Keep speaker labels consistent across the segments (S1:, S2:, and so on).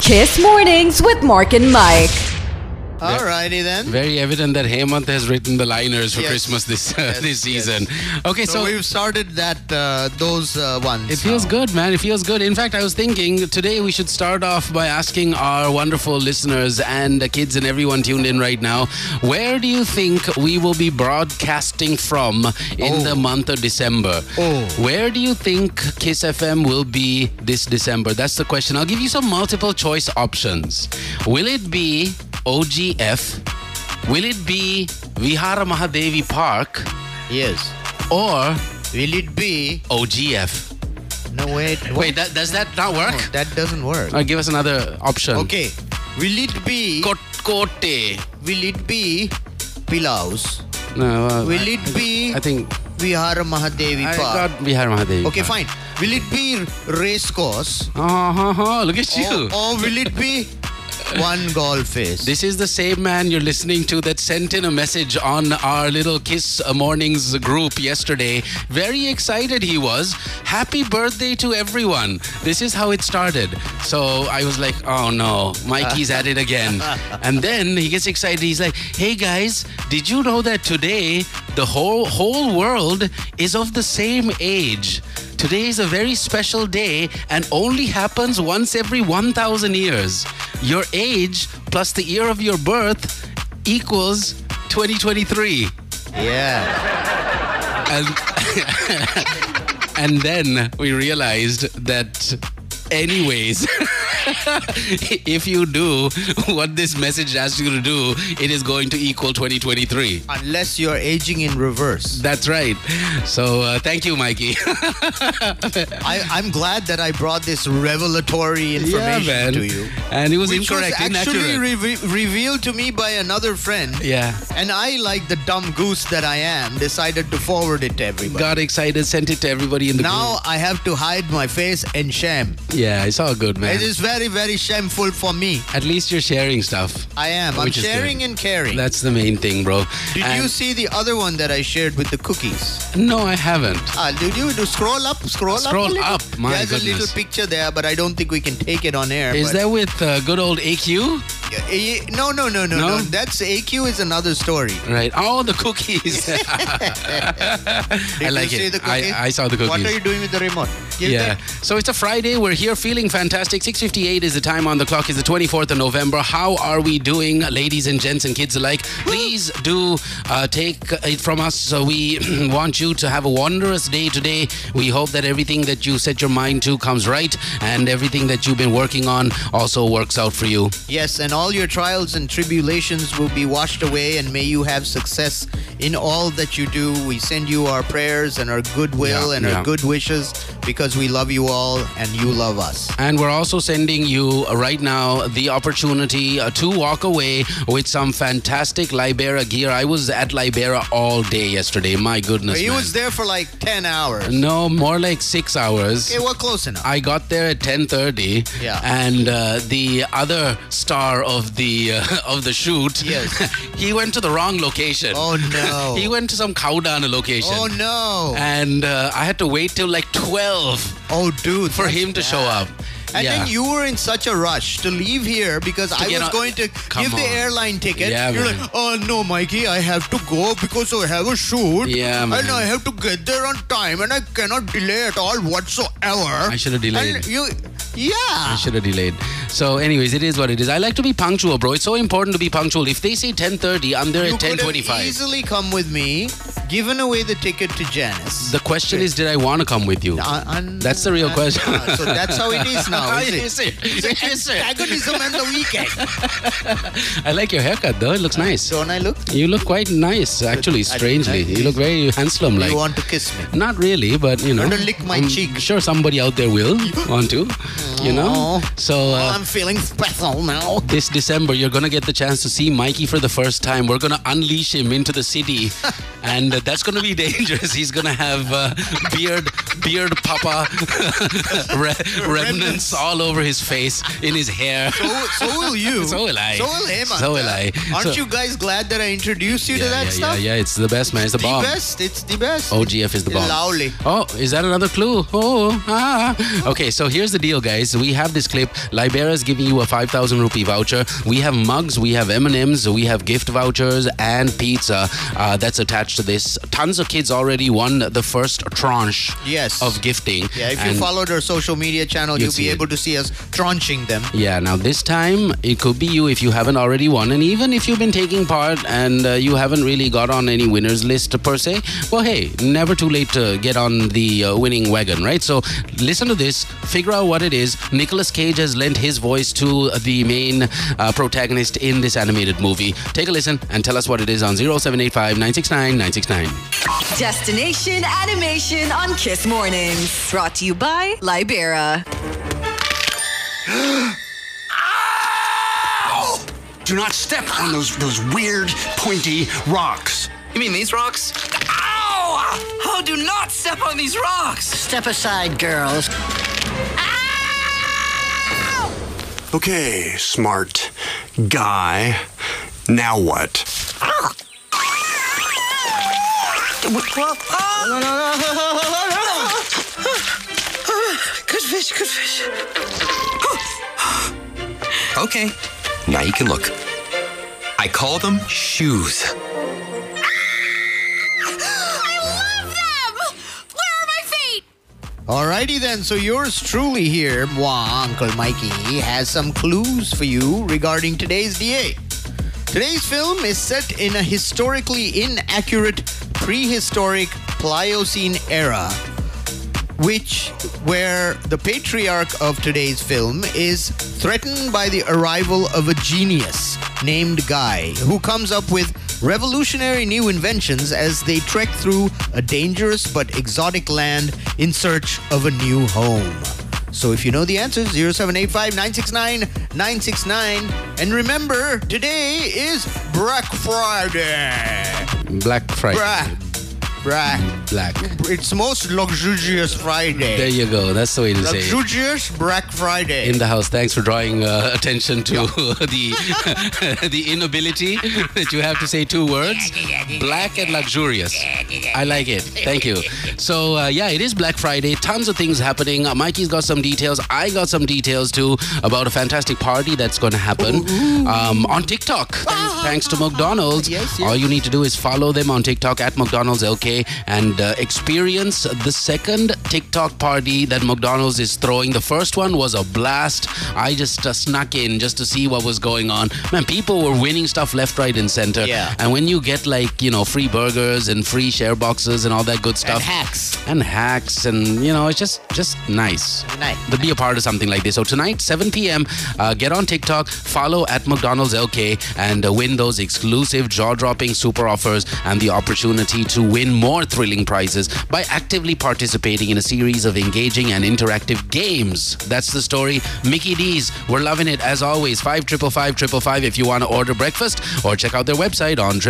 S1: Kiss Mornings with Mark and Mike.
S2: Alrighty then.
S3: Very evident that Hemant has written the liners for
S2: Yes.
S3: Christmas this
S2: Yes,
S3: this
S2: yes.
S3: season. Okay,
S2: So
S3: so.
S2: we've started that uh, those uh, ones.
S3: it feels good, man. It feels good. In fact, I was thinking today we should start off by asking our wonderful listeners and the kids and everyone tuned in right now where do you think we will be broadcasting from in the month of December?
S2: Oh.
S3: Where do you think Kiss FM will be this December? That's the question. I'll give you some multiple choice options. Will it be OGF? Will it be Vihara Mahadevi Park?
S2: Yes.
S3: or
S2: Will it be?
S3: OGF.
S2: No wait.
S3: Wait, that, does that not work?
S2: No, that doesn't work.
S3: Uh, give us another option.
S2: Okay. Will it be?
S3: Kotkote.
S2: Will it be? Pilaus.
S3: No, uh,
S2: Will
S3: I-
S2: it be?
S3: I think
S2: Vihara Mahadevi
S3: I
S2: Park.
S3: got Bihar Mahadevi.
S2: Okay, fine. Will it be race course?
S3: Uh-huh, look at you.
S2: Or, or will it be one golf face?
S3: This is the same man you're listening to that sent in a message on our little Kiss Mornings group yesterday. Very excited he was. Happy birthday to everyone. This is how it started. So I was like, oh no, Mikey's at it again. And then he gets excited. He's like, hey guys, did you know that today the whole whole world is of the same age? Today is a very special day and only happens once every 1,000 years. Your age plus the year of your birth equals 2023.
S2: yeah.
S3: And, and then we realized that, anyways, if you do what this message asks you to do, it is going to equal 2023.
S2: Unless you're aging in reverse.
S3: That's right. So uh, thank you, Mikey.
S2: I, I'm glad that I brought this revelatory information
S3: man.
S2: to you.
S3: And it was
S2: Which
S3: incorrect,
S2: was actually
S3: inaccurate.
S2: re- revealed to me by another friend.
S3: yeah.
S2: And I, like the dumb goose that I am, decided to forward it to everybody.
S3: got excited, sent it to everybody in the
S2: Now I have to hide my face and shame.
S3: group. Yeah, it's all good, man.
S2: It is very, very shameful for me.
S3: At least you're sharing stuff.
S2: I am. I'm
S3: Which is
S2: sharing
S3: good.
S2: and caring.
S3: That's the main thing, bro.
S2: Did
S3: And-
S2: you see the other one that I shared with the cookies?
S3: No, I haven't.
S2: Ah, did you do scroll up? Scroll,
S3: Scroll
S2: up. a little?
S3: up, my
S2: There's a little
S3: goodness.
S2: picture there, but I don't think we can take it on air.
S3: Is
S2: but-
S3: that with uh, good old AQ?
S2: Yeah, yeah, No, no, no, no,
S3: No?
S2: no. That's AQ is another story.
S3: Right. Oh, the cookies. I
S2: Did
S3: like
S2: you see
S3: it.
S2: the
S3: I-
S2: cookies?
S3: I saw the
S2: What
S3: cookies.
S2: are you doing with the remote? Give
S3: yeah.
S2: that-
S3: So it's a Friday. We're here feeling fantastic. 6.58 is the time on the clock. It's the 24th of November. How are we doing, ladies and gents and kids alike? Please do uh, take it from us. So we want you to have a wondrous day today. We hope that everything that you set your mind to comes right and everything that you've been working on also works out for you.
S2: Yes, and all your trials and tribulations will be washed away, and may you have success in all that you do. We send you our prayers and our goodwill
S3: Yeah,
S2: and
S3: yeah.
S2: our good wishes because we love you all and you love us.
S3: And we're also sending you uh, right now the opportunity uh, to walk away with some fantastic Libera gear. I was at Libera all day yesterday. My goodness.
S2: He
S3: man.
S2: was there for like 10 hours.
S3: No, more like six hours.
S2: Okay, we're close enough.
S3: I got there at 10:30,
S2: Yeah.
S3: and uh, the other star of the uh, of the shoot,
S2: Yes.
S3: he went to the wrong location.
S2: Oh, no.
S3: he went to some Kaudana location.
S2: oh, no.
S3: And uh, I had to wait till like 12
S2: oh, dude.
S3: for
S2: that's
S3: him to
S2: bad.
S3: show up.
S2: And
S3: yeah.
S2: then you were in such a rush to leave here because I
S3: get
S2: was
S3: on-
S2: going to
S3: Come
S2: give the
S3: on.
S2: airline ticket.
S3: Yeah,
S2: You're
S3: man.
S2: like, oh no, Mikey, I have to go because I have a shoot.
S3: Yeah, man.
S2: And I have to get there on time and I cannot delay at all whatsoever. I
S3: should have delayed.
S2: And you, yeah.
S3: I should have delayed. So, anyways, it is what it is. I like to be punctual, bro. It's so important to be punctual. If they say 10:30, I'm there
S2: You
S3: at
S2: could have
S3: 10:25.
S2: easily come with me, given away the ticket to Janice.
S3: The question is, did I want to come with you?
S2: Un- un-
S3: That's the real question.
S2: Ah, so that's how it is now. is it?
S3: Is it? Is it?
S2: Antagonism and the weekend.
S3: I like your haircut, though. It looks nice.
S2: Don't I look?
S3: You look quite nice, actually.
S2: I-
S3: Strangely,
S2: I-
S3: you look very handsome. Like
S2: You want to kiss me?
S3: not really, but you know.
S2: Want to lick my
S3: I'm
S2: cheek?
S3: Sure, somebody out there will want to. You know.
S2: Aw.
S3: So. Uh,
S2: I'm feeling special now.
S3: this December, you're gonna get the chance to see Mikey for the first time. We're gonna unleash him into the city, and uh, that's gonna be dangerous. He's gonna have uh, beard, beard, papa re- remnants all over his face, in his hair.
S2: So, so will you.
S3: So will I.
S2: So will him.
S3: So will I.
S2: Aren't
S3: So-
S2: you guys glad that I introduced you to that
S3: yeah,
S2: stuff?
S3: yeah, yeah, it's the best, man. It's the,
S2: The
S3: bomb.
S2: best. It's the best.
S3: OGF is the bomb.
S2: Lovely.
S3: Oh, is that another clue? Oh, ah. Okay, so here's the deal, guys. We have this clip. Libera is giving you a 5,000 rupee voucher. We have mugs, we have M&Ms, we have gift vouchers and pizza uh, that's attached to this. Tons of kids already won the first tranche
S2: Yes.
S3: of gifting.
S2: Yeah, if
S3: And-
S2: you followed our social media channel,
S3: You'll
S2: you'll be
S3: see it.
S2: able to see us tranching them.
S3: Yeah, now this time it could be you if you haven't already won. And even if you've been taking part and uh, you haven't really got on any winners list per se, well, hey, never too late to get on the uh, winning wagon, right? So listen to this, figure out what it is. Nicolas Cage has lent his voice to the main uh, protagonist in this animated movie. Take a listen and tell us what it is on 0785 969 969.
S1: Destination Animation on Kiss Mornings. Brought to you by Libera.
S4: Do not step on those those weird pointy rocks.
S5: You mean these rocks? Ow! Oh, do not step on these rocks!
S6: Step aside, girls.
S4: Okay, smart guy. Now what?
S5: Good fish, good fish. Okay, now you can look. I call them shoes.
S2: Alrighty then, so yours truly here, moi, Uncle Mikey, has some clues for you regarding today's DA. Today's film is set in a historically inaccurate prehistoric Pliocene era, which where the patriarch of today's film is threatened by the arrival of a genius named Guy, who comes up with revolutionary new inventions as they trek through a dangerous but exotic land in search of a new home. So if you know the answers, 0785 969 969. And remember, today is Black Friday.
S3: Black Friday.
S2: Bruh. Bruh.
S3: Black.
S2: It's most luxurious Friday.
S3: There you go. That's the way to say it.
S2: Luxurious Black Friday.
S3: in the house. Thanks for drawing uh, attention to the the inability that you have to say two words, black and luxurious. I like it. Thank you. So uh, yeah, it is Black Friday. Tons of things happening. Uh, Mikey's got some details. I got some details too about a fantastic party that's going to happen um, on TikTok. Thanks, thanks to McDonald's.
S2: Ah. Yes,
S3: All you need to do is follow them on TikTok at McDonald's LK and uh, experience the second TikTok party that McDonald's is throwing. The first one was a blast. I just uh, snuck in just to see what was going on. Man, people were winning stuff left, right, and center.
S2: Yeah.
S3: And when you get like you know free burgers and free share boxes and all that good stuff.
S2: and hacks.
S3: And hacks and you know it's just just nice
S2: Nice.
S3: to be a part of something like this. So tonight, 7 p.m., uh, get on TikTok, follow at McDonald's LK, and uh, win those exclusive jaw-dropping super offers and the opportunity to win more thrilling prizes by actively participating in a series of engaging and interactive games. That's the story. Mickey D's, we're loving it as always. Five triple five triple five. If you want to order breakfast, or check out their website on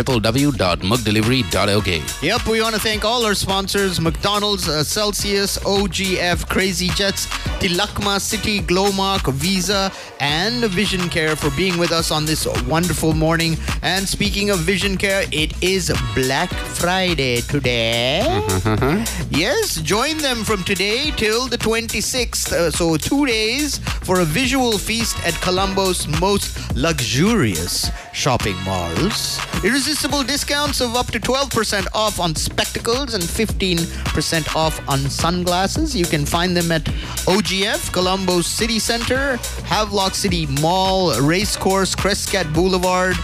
S3: www.mugdelivery.lk.
S2: Yep, we want to thank all our sponsors McDonald's, uh, Celsius, OGF, Crazy Jets, Tilakma City, Glowmark, Visa, and Vision Care for being with us on this wonderful morning. And speaking of Vision Care, it is Black Friday today.
S3: Mm-hmm.
S2: Yes, join them from today till the 26th. uh, so, two days for a visual feast at Colombo's most luxurious shopping malls. Irresistible discounts of up to 12% off on spectacles and 15% off on sunglasses. You can find them at OGF, Colombo City Center, Havelock City Mall, Racecourse, Crescat Boulevard.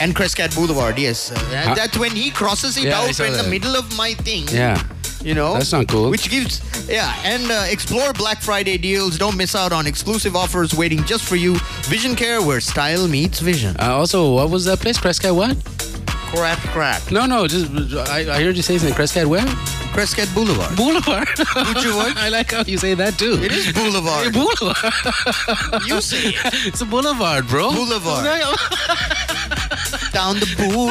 S2: And Crescat Boulevard, yes. Uh,
S3: Huh?
S2: That's when he crosses it
S3: Yeah, I
S2: out
S3: saw
S2: in the
S3: that.
S2: middle of my thing.
S3: Yeah.
S2: You know?
S3: That's not cool.
S2: Which gives, yeah, and uh, explore Black Friday deals. Don't miss out on exclusive offers waiting just for you. Vision Care, where style meets vision.
S3: Uh, also, what was that place? Prescott what?
S2: crap, crap.
S3: No, no, just I, I heard you say something. Prescott where?
S2: Crescat Boulevard.
S3: Boulevard.
S2: Would you what?
S3: I like how you say that too.
S2: It is Boulevard.
S3: boulevard.
S2: you say it.
S3: It's a boulevard, bro.
S2: Boulevard. down the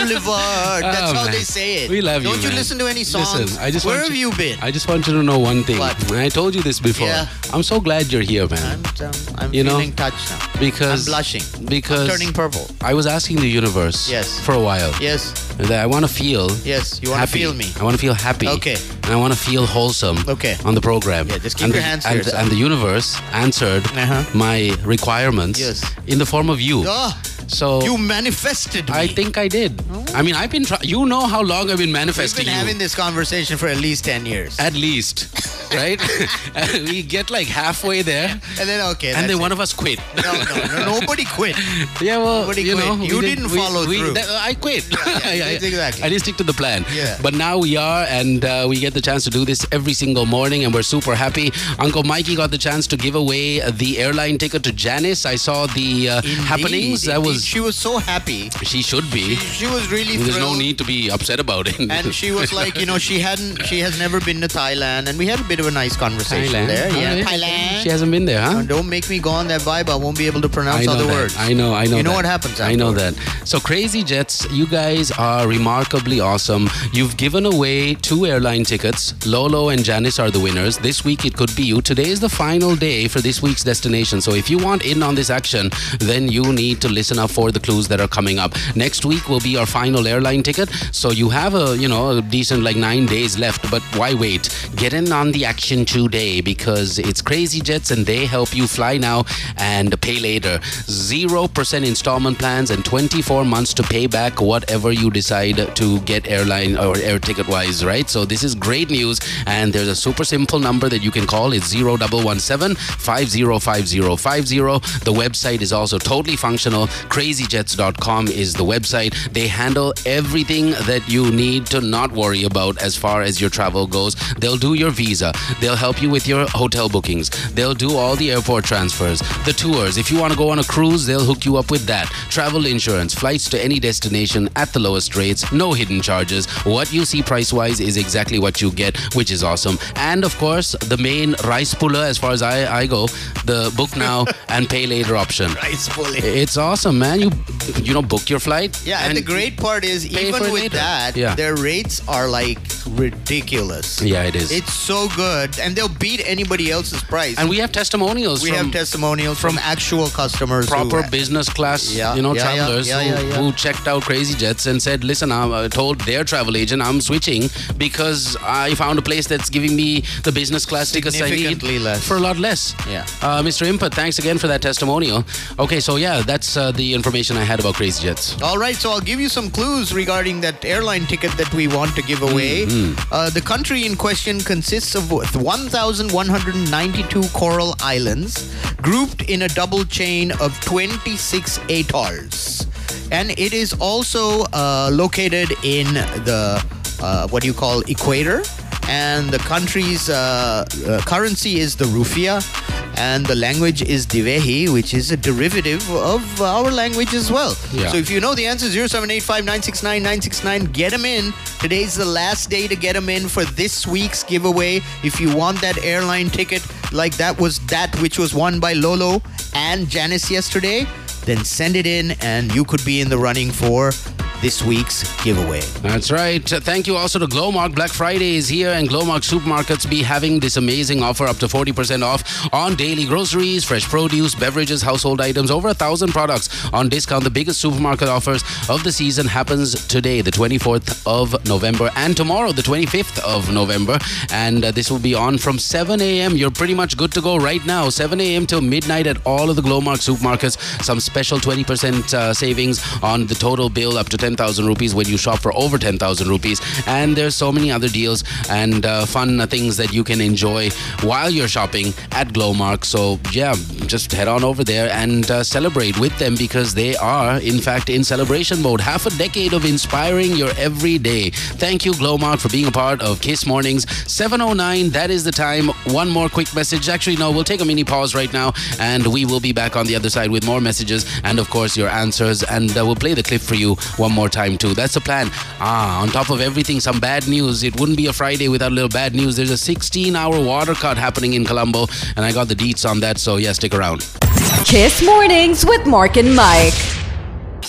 S2: boulevard. That's
S3: Oh,
S2: how
S3: man.
S2: they say it.
S3: We love you.
S2: Don't you
S3: man.
S2: listen to any songs?
S3: Listen, I just
S2: Where
S3: want
S2: have you been?
S3: I just want you to know one thing.
S2: What?
S3: I told you this before.
S2: Yeah.
S3: I'm so glad you're here, man.
S2: I'm, um, I'm
S3: You know,
S2: feeling touched now.
S3: because
S2: I'm blushing.
S3: Because
S2: I'm turning purple.
S3: I was asking the universe.
S2: Yes.
S3: For a while.
S2: Yes,
S3: That I want to feel.
S2: yes. You want to
S3: happy.
S2: feel me?
S3: I want to feel happy.
S2: Okay.
S3: And I want to feel wholesome.
S2: Okay.
S3: On the program.
S2: Yeah, just keep
S3: and
S2: your
S3: the,
S2: hands to
S3: and,
S2: yourself.
S3: and the universe answered
S2: Uh-huh.
S3: my requirements.
S2: Yes.
S3: In the form of you.
S2: Ah,
S3: So
S2: you manifested me.
S3: Oh. I think I did. I mean, I've been. Try- you know how long I've been
S2: we've
S3: manifesting
S2: been
S3: you.
S2: having this conversation for at least ten years.
S3: at least, right? And we get like halfway there,
S2: And then okay.
S3: and
S2: that's
S3: then
S2: it.
S3: one of us quit.
S2: No, no, no, nobody quit.
S3: Yeah, well,
S2: Nobody
S3: you
S2: quit.
S3: know, we
S2: You didn't
S3: we-
S2: follow
S3: we-
S2: through.
S3: that- I quit. I- I-
S2: exactly.
S3: I didn't stick to the plan.
S2: Yeah.
S3: But now we are, and uh, we get the chance to do this every single morning, and we're super happy. Uncle Mikey got the chance to give away uh, the airline ticket to Janice. I saw the uh,
S2: Indeed,
S3: happenings. That
S2: indeed.
S3: was
S2: She was so happy.
S3: she should be.
S2: She was really
S3: There's no
S2: thrilled.
S3: need to be upset about it.
S2: And she was like, you know, she hadn't, she has never been to Thailand, and we had a bit of a nice conversation
S3: Thailand.
S2: there. Yeah,
S3: Alright.
S2: Thailand.
S3: She hasn't been there, huh?
S2: Oh, Don't make me go on that vibe. I won't be able to pronounce other
S3: that.
S2: words.
S3: I know, I know.
S2: You know
S3: that.
S2: what happens.
S3: I know
S2: afterwards.
S3: that. So, Crazy Jets, you guys are remarkably awesome. You've given away two airline tickets. Lolo and Janice are the winners. This week it could be you. Today is the final day for this week's destination. So, if you want in on this action, then you need to listen up for the clues that are coming up. Next week will be our final airline ticket. So, you have a you know a decent like nine days left. But why wait? Get in on the action today because it's Crazy Jets and they help you fly now and pay later. 0% installment plans and 24 months to pay back whatever you decide to get airline or air ticket wise, right? So this is great news and there's a super simple number that you can call. It's 0117 505050. The website is also totally functional. Crazyjets.com is the website. They handle everything that you need to not worry about as far as your travel goes. They'll do your visa. They'll help you with your hotel bookings. They'll do all the airport transfers, the tours. If you want to go on a cruise, they'll hook you up with that. Travel insurance, flights to any destination at the lowest rates, no hidden charges. What you see price wise is exactly what you get, which is awesome. And of course, the main rice puller, as far as I, I go, the book now and pay later option.
S2: Rice bully.
S3: It's awesome, man. You you know book your flight.
S2: Yeah, and, the great part is
S3: pay
S2: even
S3: for it
S2: with
S3: later.
S2: that,
S3: Yeah.
S2: their rates are like ridiculous.
S3: Yeah, it is.
S2: It's so good, and they'll beat anybody else's price.
S3: and we have testimonials.
S2: we
S3: from,
S2: have testimonials from, actual customers. who-
S3: proper business class,
S2: Yeah,
S3: you know,
S2: yeah, yeah,
S3: travelers
S2: yeah, yeah,
S3: who,
S2: yeah.
S3: who checked out Crazy Jets and said, "Listen, I'm uh, told their travel agent I'm switching because I found a place that's giving me the business class tickets I need
S2: Significantly less.
S3: for a lot less."
S2: Yeah.
S3: uh, Mr. Impet, thanks again for that testimonial. Okay, so yeah, that's uh, the information I had about Crazy Jets.
S2: All right, so I'll give you some clues regarding that airline ticket that we want to give away. Uh, the country in question consists of 1,192 coral islands grouped in a double chain of 26 atolls. And it is also uh, located in the, uh, what do you call, equator. And the country's uh, uh, currency is the rufia. And the language is Divehi, which is a derivative of our language as well.
S3: Yeah.
S2: So if you know the answers, 0785-969-969, get them in. Today's the last day to get them in for this week's giveaway. If you want that airline ticket, like that was that which was won by Lolo and Janice yesterday, then send it in and you could be in the running for this week's giveaway.
S3: That's right. Uh, Thank you also to Glowmark. Black Friday is here, and Glowmark supermarkets be having this amazing offer up to 40% off on daily groceries, fresh produce, beverages, household items, over a thousand products on discount. The biggest supermarket offers of the season happens today, the 24th of November, and tomorrow, the 25th of November. And uh, this will be on from 7 a.m. You're pretty much good to go right now, 7 a.m. till midnight at all of the Glowmark supermarkets. Some special 20% uh, savings on the total bill up to 10,000 rupees when you shop for over 10,000 rupees. And there's so many other deals and uh, fun uh, things that you can enjoy while you're shopping at Glowmark. So, yeah, just head on over there and uh, celebrate with them because they are, in fact, in celebration mode. Half a decade of inspiring your every day. Thank you, Glowmark, for being a part of Kiss Mornings. 709, that is the time. One more quick message. Actually, no, we'll take a mini pause right now and we will be back on the other side with more messages and, of course, your answers. And uh, we'll play the clip for you one more time, too. That's the plan. Ah, on top of everything, some bad news. It wouldn't be a Friday without a little bad news. There's a 16 hour water cut happening in Colombo, and I got the deets on that. So, yeah, stick around.
S1: Kiss Mornings with Mark and Mike.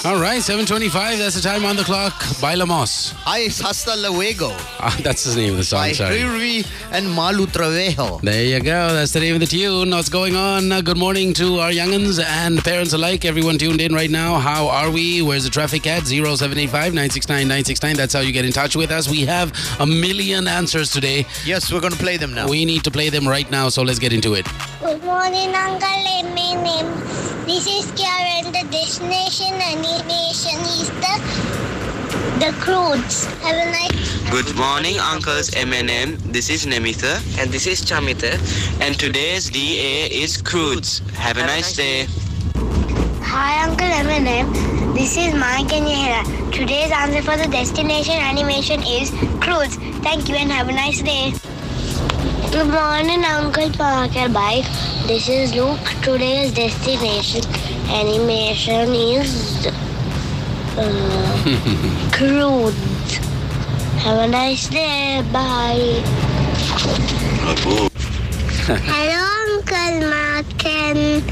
S3: All right, 725, that's the time on the clock. Bailamos.
S2: Ice Hasta Luego
S3: Ah, that's the name of the song,
S2: by
S3: sorry.
S2: Kirby and Malu Travejo.
S3: There you go. That's the name of the tune. What's going on? Uh, Good morning to our youngins and parents alike. Everyone tuned in right now. How are we? Where's the traffic at? 0785 969 969. That's how you get in touch with us. We have a million answers today.
S2: Yes, we're going to play them now.
S3: We need to play them right now, so let's get into it.
S6: Good morning, Uncle and my name. This is Karen. The destination animation is the the crudes. Have a nice
S7: Good morning, uncles M&M. This is Nemitha. And this is Chamita. And today's DA is Crudes. Have a nice day.
S6: Hi, Uncle Eminem. This is Mike and Yehra. Today's answer for the destination animation is cruise. Thank you and have a nice day. Good morning, Uncle Parker Bike. This is Luke. Today's destination animation is uh, cruise. Have a nice day. Bye. Hello, Uncle Mark and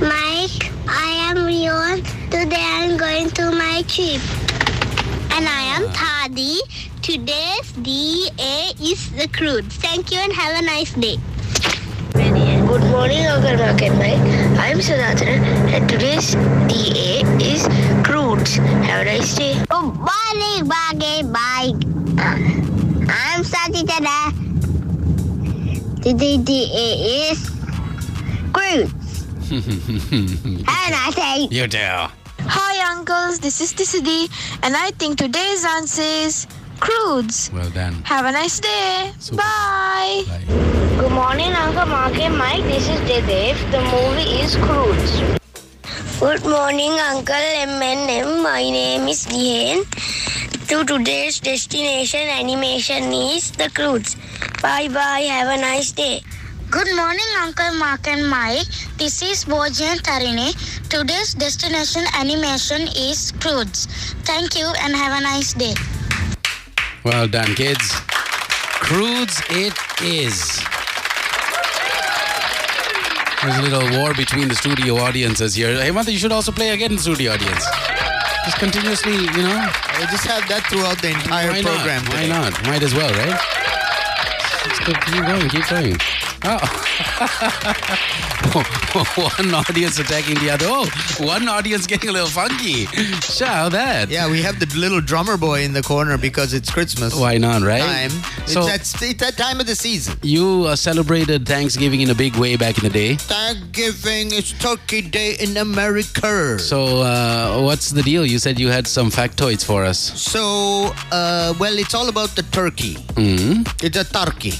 S6: Mike. I am Rion. Today I'm going to my trip. And I am Thadi. Today's DA is the crude. Thank you and have a nice day. Good morning, Uncle Mark and Mike. I'm Sudhatra, and today's DA is crudes. Have a nice day. Good morning, Baggy Mike. I'm Satitana. Today DA is crude. Have a nice day.
S3: You do.
S8: Hi, uncles. This is Tisidi, and I think today's answer is crudes.
S3: Well done.
S8: Have a nice day.
S3: Super.
S8: Bye.
S3: Bye.
S6: Good morning, Uncle Mark and Mike. This is Jadev. The movie is Cruise. Good morning, Uncle M&M. My name is Diane. To today's destination animation is the Cruise. Bye bye. Have a nice day. Good morning, Uncle Mark and Mike. This is Bojan Tarini. Today's destination animation is Cruise. Thank you and have a nice day.
S3: Well done, kids. Crudes it is. There's a little war between the studio audiences here. Hey, Mantha, you should also play again in the studio audience. Just continuously, you know.
S2: I just have that throughout the entire
S3: Why
S2: program
S3: Not? Why
S2: today.
S3: not? Might as well, right? Just go- keep going, keep going. Oh. one audience attacking the other. Oh, one audience getting a little funky. Show that.
S2: Yeah, we have the little drummer boy in the corner because it's Christmas
S3: Why not, right?
S2: time.
S3: So
S2: it's, that, it's that time of the season.
S3: you uh, celebrated Thanksgiving in a big way back in the day.
S2: Thanksgiving is Turkey Day in America. So,
S3: So uh, what's the deal? You said you had some factoids for us.
S2: uh, well, it's all about the turkey.
S3: Mm-hmm.
S2: It's a turkey.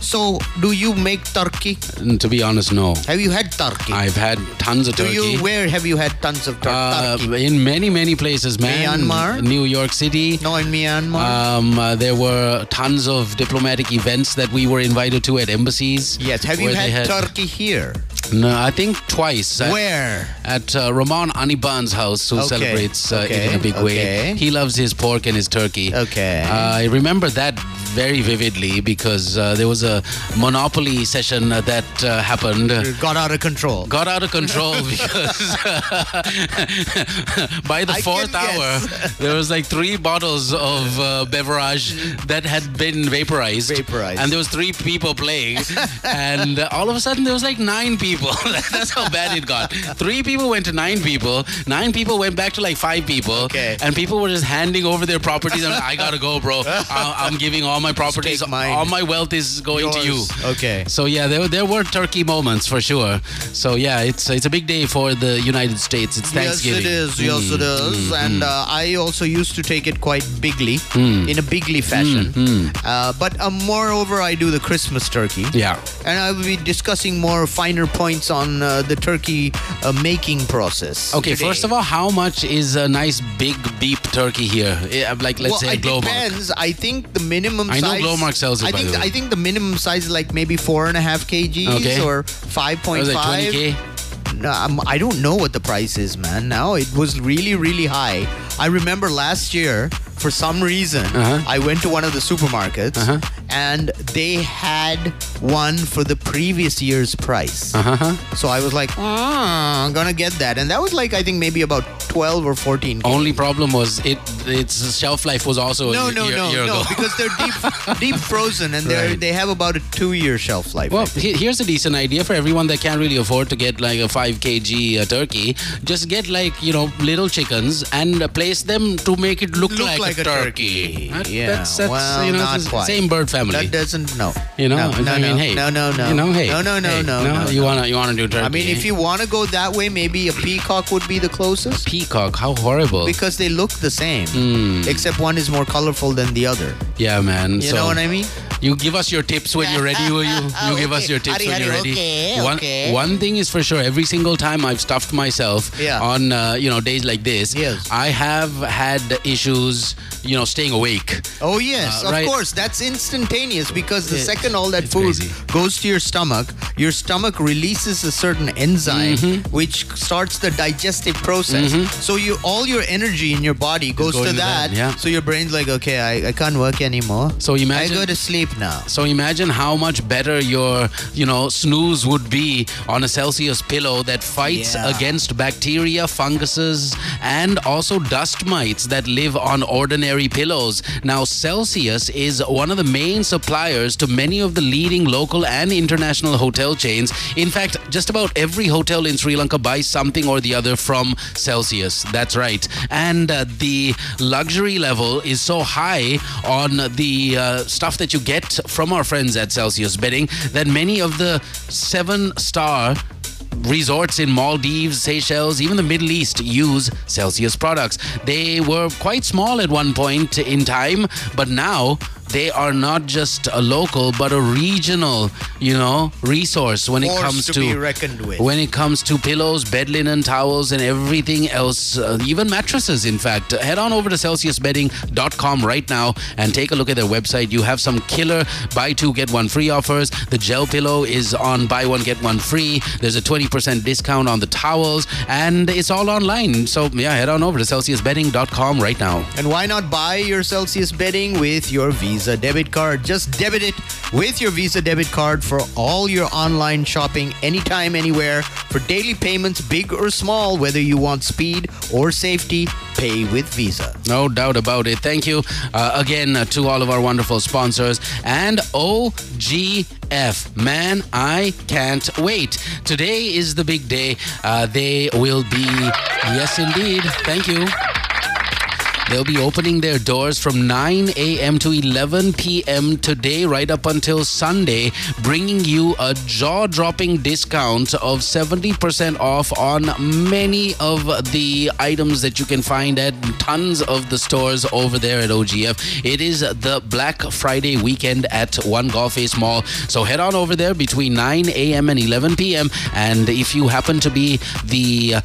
S2: So, do you make turkey?
S3: And to be honest, no.
S2: Have you had turkey?
S3: I've had tons of
S2: do
S3: turkey.
S2: you? Where have you had tons of tur-
S3: uh,
S2: turkey?
S3: in many many places, man.
S2: Myanmar?
S3: New York City.
S2: No, in Myanmar.
S3: Um, uh, there were tons of diplomatic events that we were invited to at embassies.
S2: yes. Have you
S3: where they
S2: had, turkey here?
S3: No, I think twice. At-
S2: Where?
S3: At uh, Ramon Aniban's house, who
S2: Okay,
S3: celebrates uh, it in a
S2: okay,
S3: big way.
S2: okay.
S3: He loves his pork and his turkey. Uh,
S2: Okay.
S3: I remember that very vividly because uh, there was a Monopoly session uh, that uh, happened
S2: It got out of control.
S3: got out of control because by the
S2: I
S3: fourth
S2: can
S3: hour
S2: guess.
S3: there was like three bottles of uh, beverage that had been vaporized
S2: Vaporized.
S3: and there was three people playing and uh, all of a sudden there was like nine people that's how bad it got three people went to nine people nine people went back to like five people
S2: Okay.
S3: and people were just handing over their properties and i gotta go bro I- i'm giving all my properties
S2: take mine.
S3: all my wealth is going to you
S2: Yours. Okay.
S3: so yeah, there, there were turkey moments for sure. So yeah, it's it's a big day for the United States.
S2: Yes,
S3: It's
S2: it
S3: Thanksgiving. Mm.
S2: is. Yes, it is. And uh, I also used to take it quite bigly,
S3: Mm.
S2: in a bigly fashion. Uh, but uh, moreover, I do the Christmas turkey.
S3: Yeah.
S2: And I will be discussing more finer points on uh, the turkey uh, making process.
S3: Okay, first of all, how much is a nice big beef turkey here? Yeah, like let's
S2: well,
S3: say
S2: it
S3: Glowmark.
S2: depends. I think the minimum
S3: I know
S2: size.
S3: Glowmark sells it,
S2: I
S3: by
S2: think
S3: the way.
S2: I think the minimum size is like maybe four and a half kgs
S3: Okay.
S2: or five
S3: What
S2: point
S3: Was it
S2: five.
S3: 20k?
S2: No, I'm, Um, I don't know what the price is, man. Now it was really, really high. I remember last year for some reason,
S3: Uh-huh.
S2: I went to one of the supermarkets
S3: Uh-huh.
S2: and they had one for the previous year's price.
S3: Uh-huh.
S2: So I was like, "Mm, I'm gonna get that. And that was like, I think maybe about 12 or 14.
S3: Only problem was it its shelf life was also
S2: no,
S3: a
S2: no,
S3: year,
S2: no,
S3: year
S2: no,
S3: ago.
S2: because they're deep, deep frozen and they are
S3: Right.
S2: they have about a two-year shelf life.
S3: Well, he- here's a decent idea for everyone that can't really afford to get like a 5 kg uh, turkey. Just get like, you know, little chickens and uh, place them to make it look,
S2: Look like a turkey.
S3: That-
S2: Yeah,
S3: That's, that's
S2: well,
S3: you know,
S2: not
S3: it's the
S2: quite.
S3: same bird family.
S2: That doesn't no.
S3: you know,
S2: no, no,
S3: I mean,
S2: no,
S3: hey,
S2: no, no, no,
S3: you know, hey,
S2: no, no, no,
S3: hey,
S2: no, no,
S3: You wanna, you wanna do turkey?
S2: I mean, if
S3: eh?
S2: you want to go that way, maybe a peacock would be the closest
S3: peacock, how horrible!
S2: because they look the same,
S3: Hmm.
S2: except one is more colorful than the other.
S3: yeah, man.
S2: You
S3: so
S2: know what I mean?
S3: You give us your tips when you're ready. Will you? You give us
S2: Okay.
S3: your tips
S2: Hurry,
S3: when
S2: hurry.
S3: you're ready.
S2: Okay,
S3: one,
S2: okay.
S3: one thing is for sure. Every single time I've stuffed myself
S2: Yeah.
S3: on uh, you know days like this,
S2: Yes.
S3: I have had issues. You know, staying awake.
S2: Oh yes,
S3: Uh,
S2: of
S3: right.
S2: course. That's instantaneous because the
S3: It-
S2: second all that
S3: it's
S2: food
S3: crazy.
S2: goes to your stomach, your stomach releases a certain enzyme
S3: Mm-hmm.
S2: which starts the digestive process. So you all your energy in your body goes
S3: going
S2: to
S3: to
S2: that.
S3: that, yeah.
S2: So your brain's like, okay, I, I can't work anymore.
S3: So imagine-
S2: I go to sleep now.
S3: So imagine how much better your you know snooze would be on a Celsius pillow that fights
S2: Yeah.
S3: against bacteria, funguses, and also dust mites that live on ordinary pillows. Now Celsius is one of the main suppliers to many of the leading local and international hotel chains. In fact, just about every hotel in Sri Lanka buys something or the other from Celsius. That's right. And uh, the luxury level is so high on the uh, stuff that you get from our friends at Celsius Bedding that many of the seven star resorts in Maldives, Seychelles, even the Middle East use Celsius products. They were quite small at one point in time, but now they are not just a local but a regional, you know, resource when it
S2: Force
S3: comes
S2: to
S3: to,
S2: be reckoned with.
S3: when it comes to pillows, bed linen, towels, and everything else, uh, even mattresses, in fact. Head on over to CelsiusBedding.com right now and take a look at their website. You have some killer buy two, get one free offers. The gel pillow is on buy one, get one free. There's a 20% discount on the towels, and it's all online. So, yeah, head on over to CelsiusBedding.com right now.
S2: And why not buy your Celsius bedding with your Visa debit card? Just debit it with your Visa debit card for all your online shopping anytime, anywhere. For daily payments, big or small, whether you want speed or safety, pay with Visa.
S3: No doubt about it. Thank you uh, again uh, to all of our wonderful sponsors and OGF. Man, I can't wait. Today is the big day. Uh, they will be, yes, indeed. Thank you. They'll be opening their doors from 9 a.m. to 11 p.m. today, right up until Sunday, bringing you a jaw dropping discount of 70% off on many of the items that you can find at tons of the stores over there at OGF. It is the Black Friday weekend at One Golf Face Mall. So head on over there between 9 a.m. and 11 p.m. And if you happen to be the uh,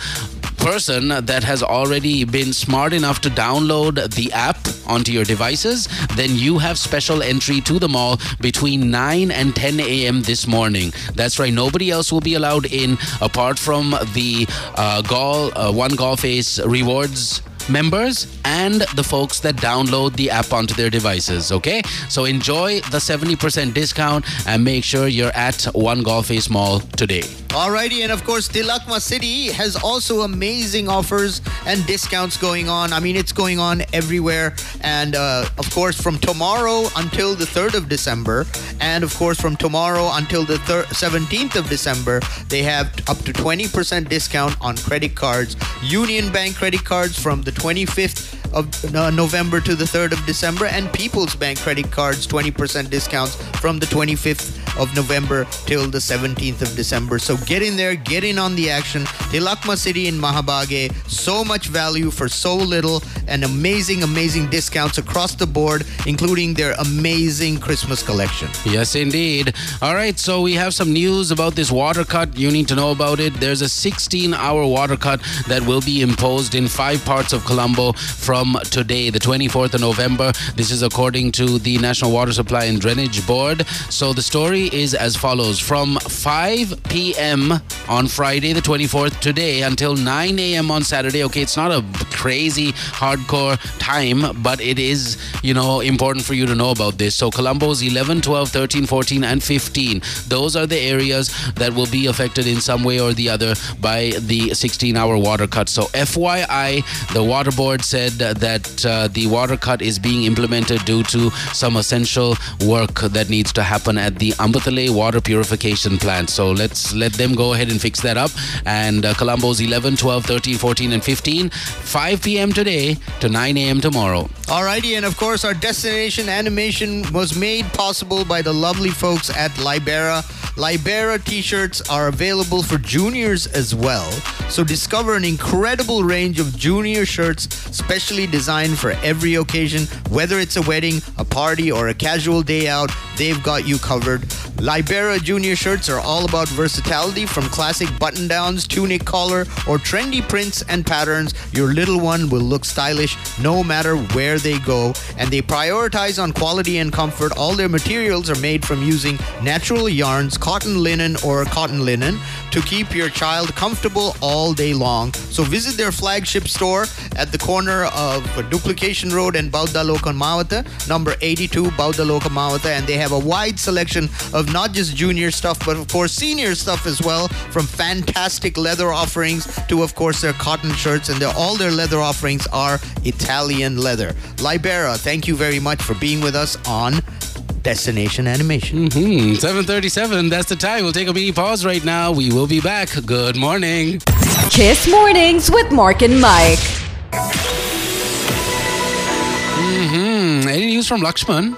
S3: person that has already been smart enough to download the app onto your devices, then you have special entry to the mall between 9 and 10 a.m. this morning. That's right, nobody else will be allowed in apart from the uh, Gol, uh, One Golf Ace Rewards members and the folks that download the app onto their devices. Okay, so enjoy the 70% discount and make sure you're at One Golf Ace Mall today.
S2: Alrighty, and of course, Tilakma City has also amazing offers and discounts going on. I mean, it's going on everywhere. And uh, of course, from tomorrow until the 3rd of December, and of course, from tomorrow until the thir- 17th of December, they have up to 20% discount on credit cards, Union Bank credit cards from the 25th of uh, November to the 3rd of December, and People's Bank credit cards 20% discounts from the 25th of November till the 17th of December. So get in there, get in on the action. Tilakma City in Mahabage, so much value for so little, and amazing, amazing discounts across the board, including their amazing Christmas collection.
S3: Yes, indeed. All right, so we have some news about this water cut. You need to know about it. There's a 16 hour water cut that will be imposed in five parts of Colombo from today, the 24th of November. This is according to the National Water Supply and Drainage Board. So the story story is as follows from 5 p.m. on Friday, the 24th, today until 9 a.m. on Saturday. Okay, it's not a crazy hardcore time, but it is, you know, important for you to know about this. So, Colombo's 11, 12, 13, 14, and 15. Those are the areas that will be affected in some way or the other by the 16 hour water cut. So, FYI, the water board said that uh, the water cut is being implemented due to some essential work that needs to happen at the Ambathale water purification plant. So, let's let them go ahead and fix that up. And uh, Colombo's 11, 12, 13, 14, and 15, 5 p.m. today to 9 a.m. tomorrow.
S2: Alrighty, and of course, our destination animation was made possible by the lovely folks at Libera. Libera t shirts are available for juniors as well. So discover an incredible range of junior shirts specially designed for every occasion, whether it's a wedding, a party, or a casual day out, they've got you covered. Libera junior shirts are all about versatility from classic button downs, tunic collar, or trendy prints and patterns. Your little one will look stylish no matter where they go, and they prioritize on quality and comfort. All their materials are made from using natural yarns, cotton linen, or cotton linen to keep your child comfortable all day long. So visit their flagship store at the corner of Duplication Road and Baudalokan Mawata, number 82 Baudalokan Mawata, and they have a wide selection of not just junior stuff, but of course senior stuff as well, from fantastic leather offerings to, of course, their cotton shirts, and their, all their leather offerings are Italian leather. Libera, thank you very much for being with us on Destination Animation.
S3: Hmm, 7:37. That's the time. We'll take a mini pause right now. We will be back. Good morning.
S1: Kiss Mornings with Mark and Mike.
S3: Hmm, any news from Lakshman?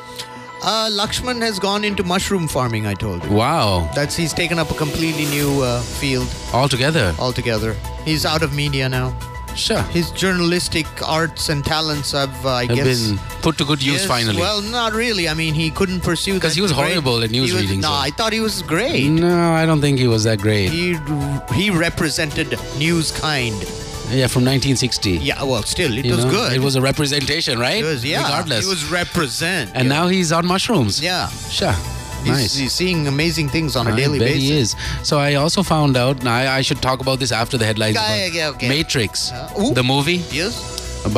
S2: Uh, Lakshman has gone into mushroom farming, I told you.
S3: Wow,
S2: That's he's taken up a completely new uh, field
S3: all together.
S2: altogether. He's out of media now.
S3: Sure,
S2: His journalistic arts and talents have, uh, I
S3: have
S2: guess,
S3: been put to good use
S2: Yes,
S3: finally.
S2: Well, not really. I mean, he couldn't pursue that
S3: 'Cause he was
S2: great-
S3: horrible at news
S2: he was,
S3: readings,
S2: No,
S3: so-
S2: I thought he was great.
S3: no, I don't think he was that great.
S2: He he represented news kind.
S3: yeah, from 1960.
S2: Yeah, well, still it
S3: You
S2: was
S3: know,
S2: good.
S3: It was a representation, right?
S2: It was- yeah.
S3: Regardless.
S2: It was represent.
S3: and now he's on mushrooms.
S2: yeah,
S3: Sure.
S2: he's,
S3: Nice.
S2: he's seeing amazing things on a daily
S3: I bet
S2: basis.
S3: he is. So I also found out. Now I, I should talk about this after the headlines.
S2: Yeah,
S3: but
S2: yeah, okay.
S3: Matrix,
S2: Uh, ooh.
S3: the movie
S2: Yes,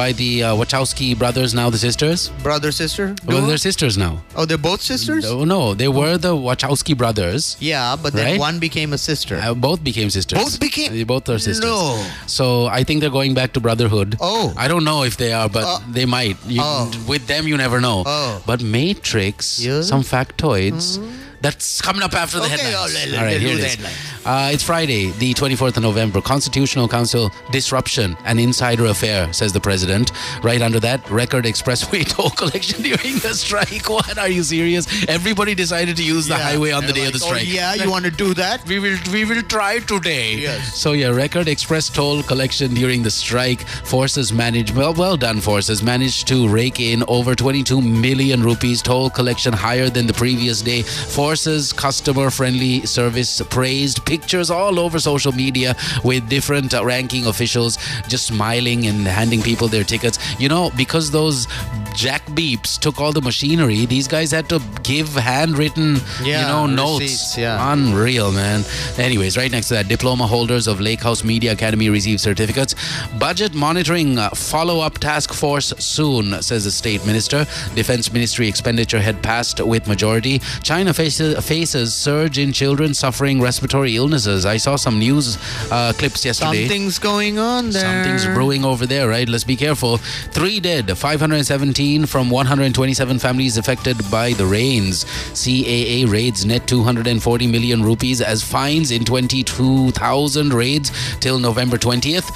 S3: by the uh, Wachowski brothers, now the sisters.
S2: brother, sister.
S3: Well,
S2: Go.
S3: they're sisters now.
S2: oh, they're both sisters.
S3: No, no, they were the Wachowski brothers.
S2: Yeah, but then
S3: Right?
S2: one became a sister.
S3: Uh, both became sisters.
S2: Both became-
S3: They both are sisters.
S2: No.
S3: So I think they're going back to brotherhood.
S2: Oh.
S3: I don't know if they are, but
S2: Uh,
S3: they might. You,
S2: oh.
S3: With them, you never know.
S2: Oh.
S3: But Matrix,
S2: Yeah. Mm-hmm.
S3: some factoids. That's coming up after the
S2: Okay, oh,
S3: headlines.
S2: let- let-
S3: All right,
S2: let-
S3: here
S2: do
S3: it
S2: the
S3: is.
S2: headlines.
S3: Uh, it's Friday, the 24th of November. Constitutional Council disruption, an insider affair, says the president. Right under that, record expressway toll collection during the strike. What are you serious? Everybody decided to use the
S2: Yeah.
S3: highway on the
S2: They're
S3: day
S2: like,
S3: of the strike.
S2: Oh, yeah, you want to do that?
S3: We will we will try today.
S2: Yes.
S3: So yeah, record express toll collection during the strike. Forces managed well well done forces managed to rake in over 22 million rupees toll collection higher than the previous day. Forces customer friendly service praised pictures all over social media with different uh, ranking officials just smiling and handing people their tickets. You know, because those jack beeps took all the machinery, these guys had to give handwritten you
S2: Yeah,
S3: know notes.
S2: receipts, yeah.
S3: Unreal, man. Anyways, right next to that, diploma holders of Lake House Media Academy receive certificates. Budget monitoring uh, follow up task force soon, says the state minister. Defense ministry expenditure had passed with majority. China faces, faces surge in children suffering respiratory illnesses. I saw some news uh, clips yesterday.
S2: Something's going on there.
S3: Something's brewing over there, right? Let's be careful. Three dead, 517 from 127 families affected by the rains. CAA raids net 240 million rupees as fines in 22,000 raids till November 20th.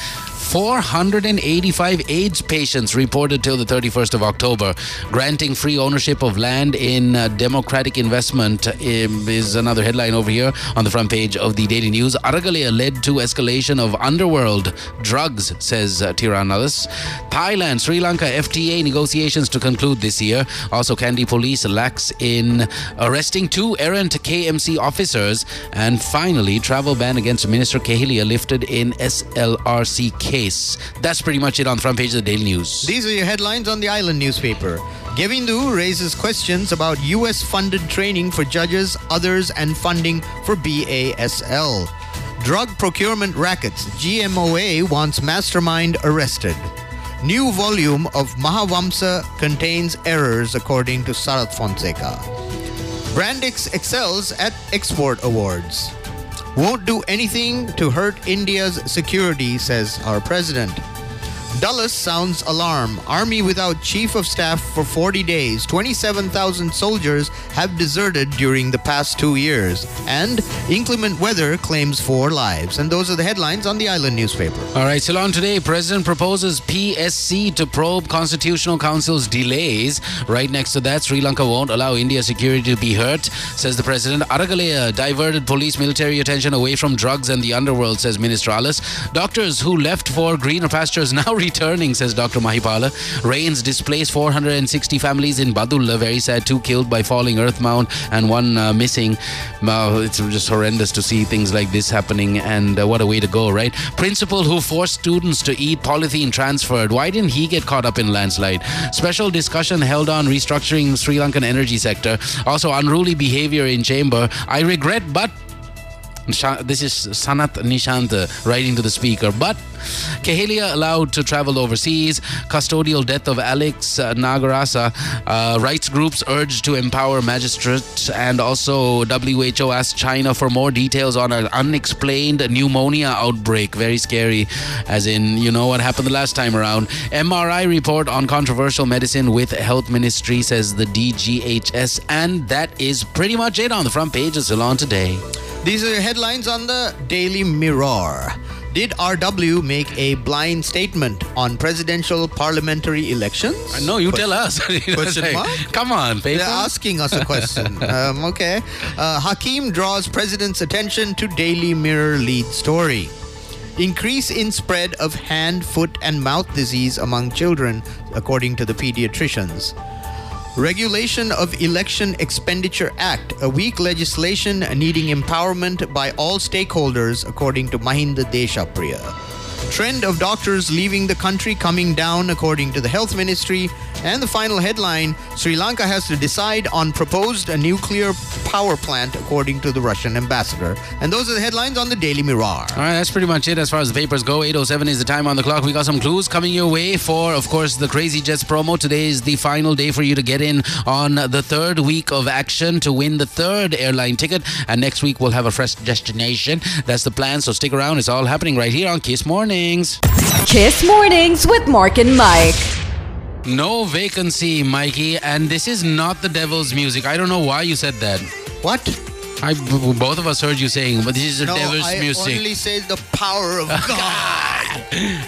S3: 485 AIDS patients reported till the 31st of October. Granting free ownership of land in uh, democratic investment um, is another headline over here on the front page of the Daily News. Aragalea led to escalation of underworld drugs, says uh, Tiranalis. Thailand, Sri Lanka FTA negotiations to conclude this year. Also, Candy Police lacks in arresting two errant KMC officers. And finally, travel ban against Minister Kahilia lifted in SLRC case. That's pretty much it on the front page of the Daily News.
S2: These are your headlines on the island newspaper. Govindu raises questions about US funded training for judges, others, and funding for BASL. Drug procurement rackets, GMOA wants mastermind arrested. New volume of Mahavamsa contains errors, according to Sarath Fonseca. Brandix excels at export awards. Won't do anything to hurt India's security, says our president. Dulles sounds alarm. Army without chief of staff for 40 days. 27,000 soldiers have deserted during the past two years. And inclement weather claims four lives. And those are the headlines on the Island newspaper.
S3: All right, Ceylon today, President proposes PSC to probe Constitutional Council's delays. Right next to that, Sri Lanka won't allow India's security to be hurt, says the President. Aragalea diverted police military attention away from drugs and the underworld, says Minister Alas. Doctors who left for greener pastures now returning, says Dr. Mahipala. Rains displace 460 families in Badulla, very sad, two killed by falling earth mound and one uh, missing. Uh, it's just horrendous to see things like this happening, and uh, what a way to go, right? Principal who forced students to eat polythene transferred. Why didn't he get caught up in landslide? Special discussion held on restructuring Sri Lankan energy sector. Also, unruly behavior in chamber. I regret, but Nisha- this is Sanat Nishant uh, writing to the speaker. But Kahelia allowed to travel overseas. Custodial death of Alex uh, Nagarasa. Uh, rights groups urged to empower magistrates. And also, WHO asked China for more details on an unexplained pneumonia outbreak. Very scary, as in, you know what happened the last time around. MRI report on controversial medicine with Health Ministry, says the DGHS. And that is pretty much it on the front page of Salon today.
S2: These are headlines on the Daily Mirror. Did RW make a blind statement on presidential parliamentary elections?
S3: No, you tell us. It's
S2: question mark?
S3: Come on, paper.
S2: They're asking us a question. um, okay. Uh, Hakim draws president's attention to Daily Mirror lead story. Increase in spread of hand, foot, and mouth disease among children, according to the pediatricians. Regulation of Election Expenditure Act, a weak legislation needing empowerment by all stakeholders, according to Mahinda Deshapriya. Trend of doctors leaving the country coming down, according to the Health Ministry. And the final headline Sri Lanka has to decide on proposed nuclear power plant, according to the Russian ambassador. And those are the headlines on the Daily Mirror.
S3: All right, that's pretty much it as far as the papers go. 8.07 is the time on the clock. We got some clues coming your way for, of course, the Crazy Jets promo. Today is the final day for you to get in on the third week of action to win the third airline ticket. And next week, we'll have a fresh destination. That's the plan, so stick around. It's all happening right here on Kiss Mornings.
S1: Kiss Mornings with Mark and Mike.
S3: No vacancy, Mikey. And this is not the devil's music. I don't know why you said that.
S2: What?
S3: I, b- both of us heard you saying, but this is the
S2: No,
S3: devil's
S2: I
S3: music.
S2: only say the power of God.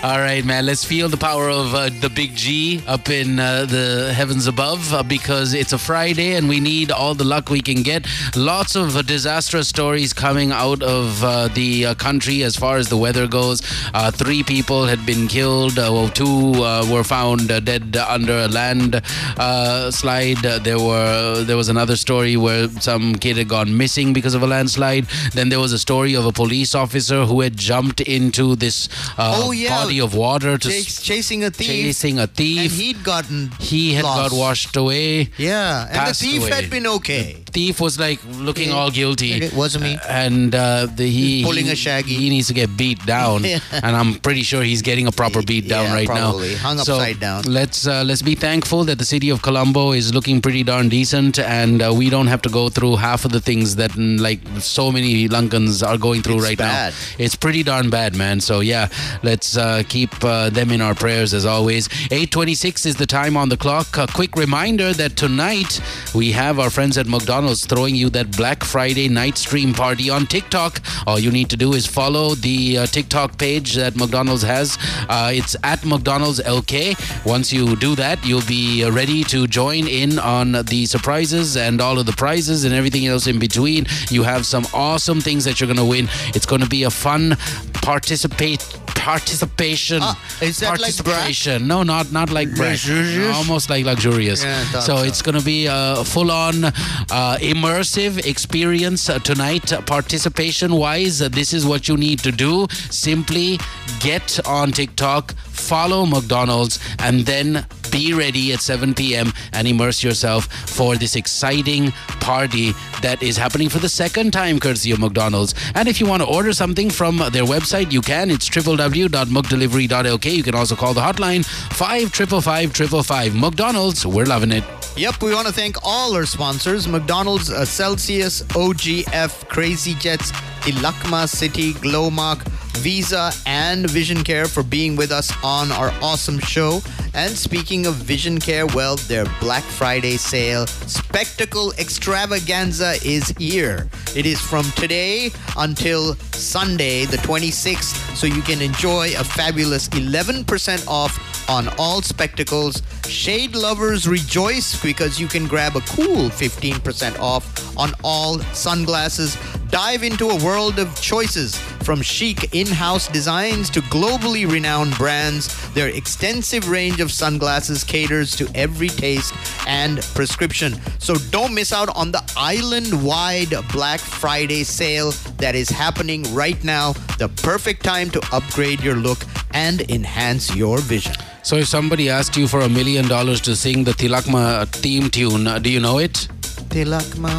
S3: All right, man. Let's feel the power of uh, the big G up in uh, the heavens above uh, because it's a Friday and we need all the luck we can get. Lots of uh, disastrous stories coming out of uh, the uh, country as far as the weather goes. Uh, three people had been killed. Uh, well, two uh, were found uh, dead under a land uh, slide. Uh, there were there was another story where some kid had gone missing because of a landslide. Then there was a story of a police officer who had jumped into this uh,
S2: Oh, yeah.
S3: body of water to
S2: Chase,
S3: s-
S2: chasing a thief.
S3: chasing a
S2: and
S3: thief.
S2: he'd gotten
S3: he had
S2: lost.
S3: got washed away.
S2: Yeah, and the
S3: passed
S2: thief
S3: away.
S2: had been okay.
S3: Thief was like looking all guilty.
S2: It wasn't me.
S3: And uh, the, he
S2: He's pulling
S3: he-
S2: a shaggy.
S3: He needs to get beat down,
S2: Yeah.
S3: and I'm pretty sure he's getting a proper beat down
S2: Yeah,
S3: right
S2: probably.
S3: now.
S2: Hung
S3: so
S2: upside down.
S3: Let's uh, let's be thankful that the city of Colombo is looking pretty darn decent, and uh, we don't have to go through half of the things that mm, like so many Lankans are going through
S2: It's
S3: right
S2: bad.
S3: now. It's pretty darn bad, man. So yeah, let's uh, keep uh, them in our prayers as always. 8:26 is the time on the clock. A quick reminder that tonight we have our friends at McDonald's throwing you that Black Friday night stream party on TikTok. All you need to do is follow the uh, TikTok page that McDonald's has. Uh, it's at McDonald's LK. Once you do that, you'll be uh, ready to join in on the surprises and all of the prizes and everything else in between. You have some awesome things that you're going to win. It's going to be a fun participate participation.
S2: Ah, is that like brat?
S3: participation? no, not not like brat.
S2: Luxurious?
S3: Almost like luxurious.
S2: Yeah, I thought
S3: so
S2: so.
S3: it's going to be a full-on uh, immersive experience uh, tonight. Participation-wise, uh, this is what you need to do. Simply get on TikTok, follow McDonald's, and then Be ready at 7 p.m. and immerse yourself for this exciting party that is happening for the second time courtesy of McDonald's. And if you want to order something from their website, you can. It's www.mcdelivery.lk. You can also call the hotline 555555. McDonald's, we're loving it.
S2: Yep, we want to thank all our sponsors McDonald's, uh, Celsius, OGF, Crazy Jets, the Lakma City, Glowmark, Visa, and Vision Care for being with us on our awesome show. And speaking of Vision Care, well, their Black Friday sale, Spectacle Extravaganza, is here. It is from today until Sunday, the 26th, so you can enjoy a fabulous 11% off on all spectacles. Shade lovers rejoice because you can grab a cool 15% off on all sunglasses. Dive into a world of choices from chic in house designs to globally renowned brands. Their extensive range of sunglasses caters to every taste and prescription. So don't miss out on the island wide Black Friday sale that is happening right now. The perfect time to upgrade your look and enhance your vision.
S3: So if somebody asked you for a million dollars to sing the Tilakma theme tune, uh, do you know it?
S2: Tilakma,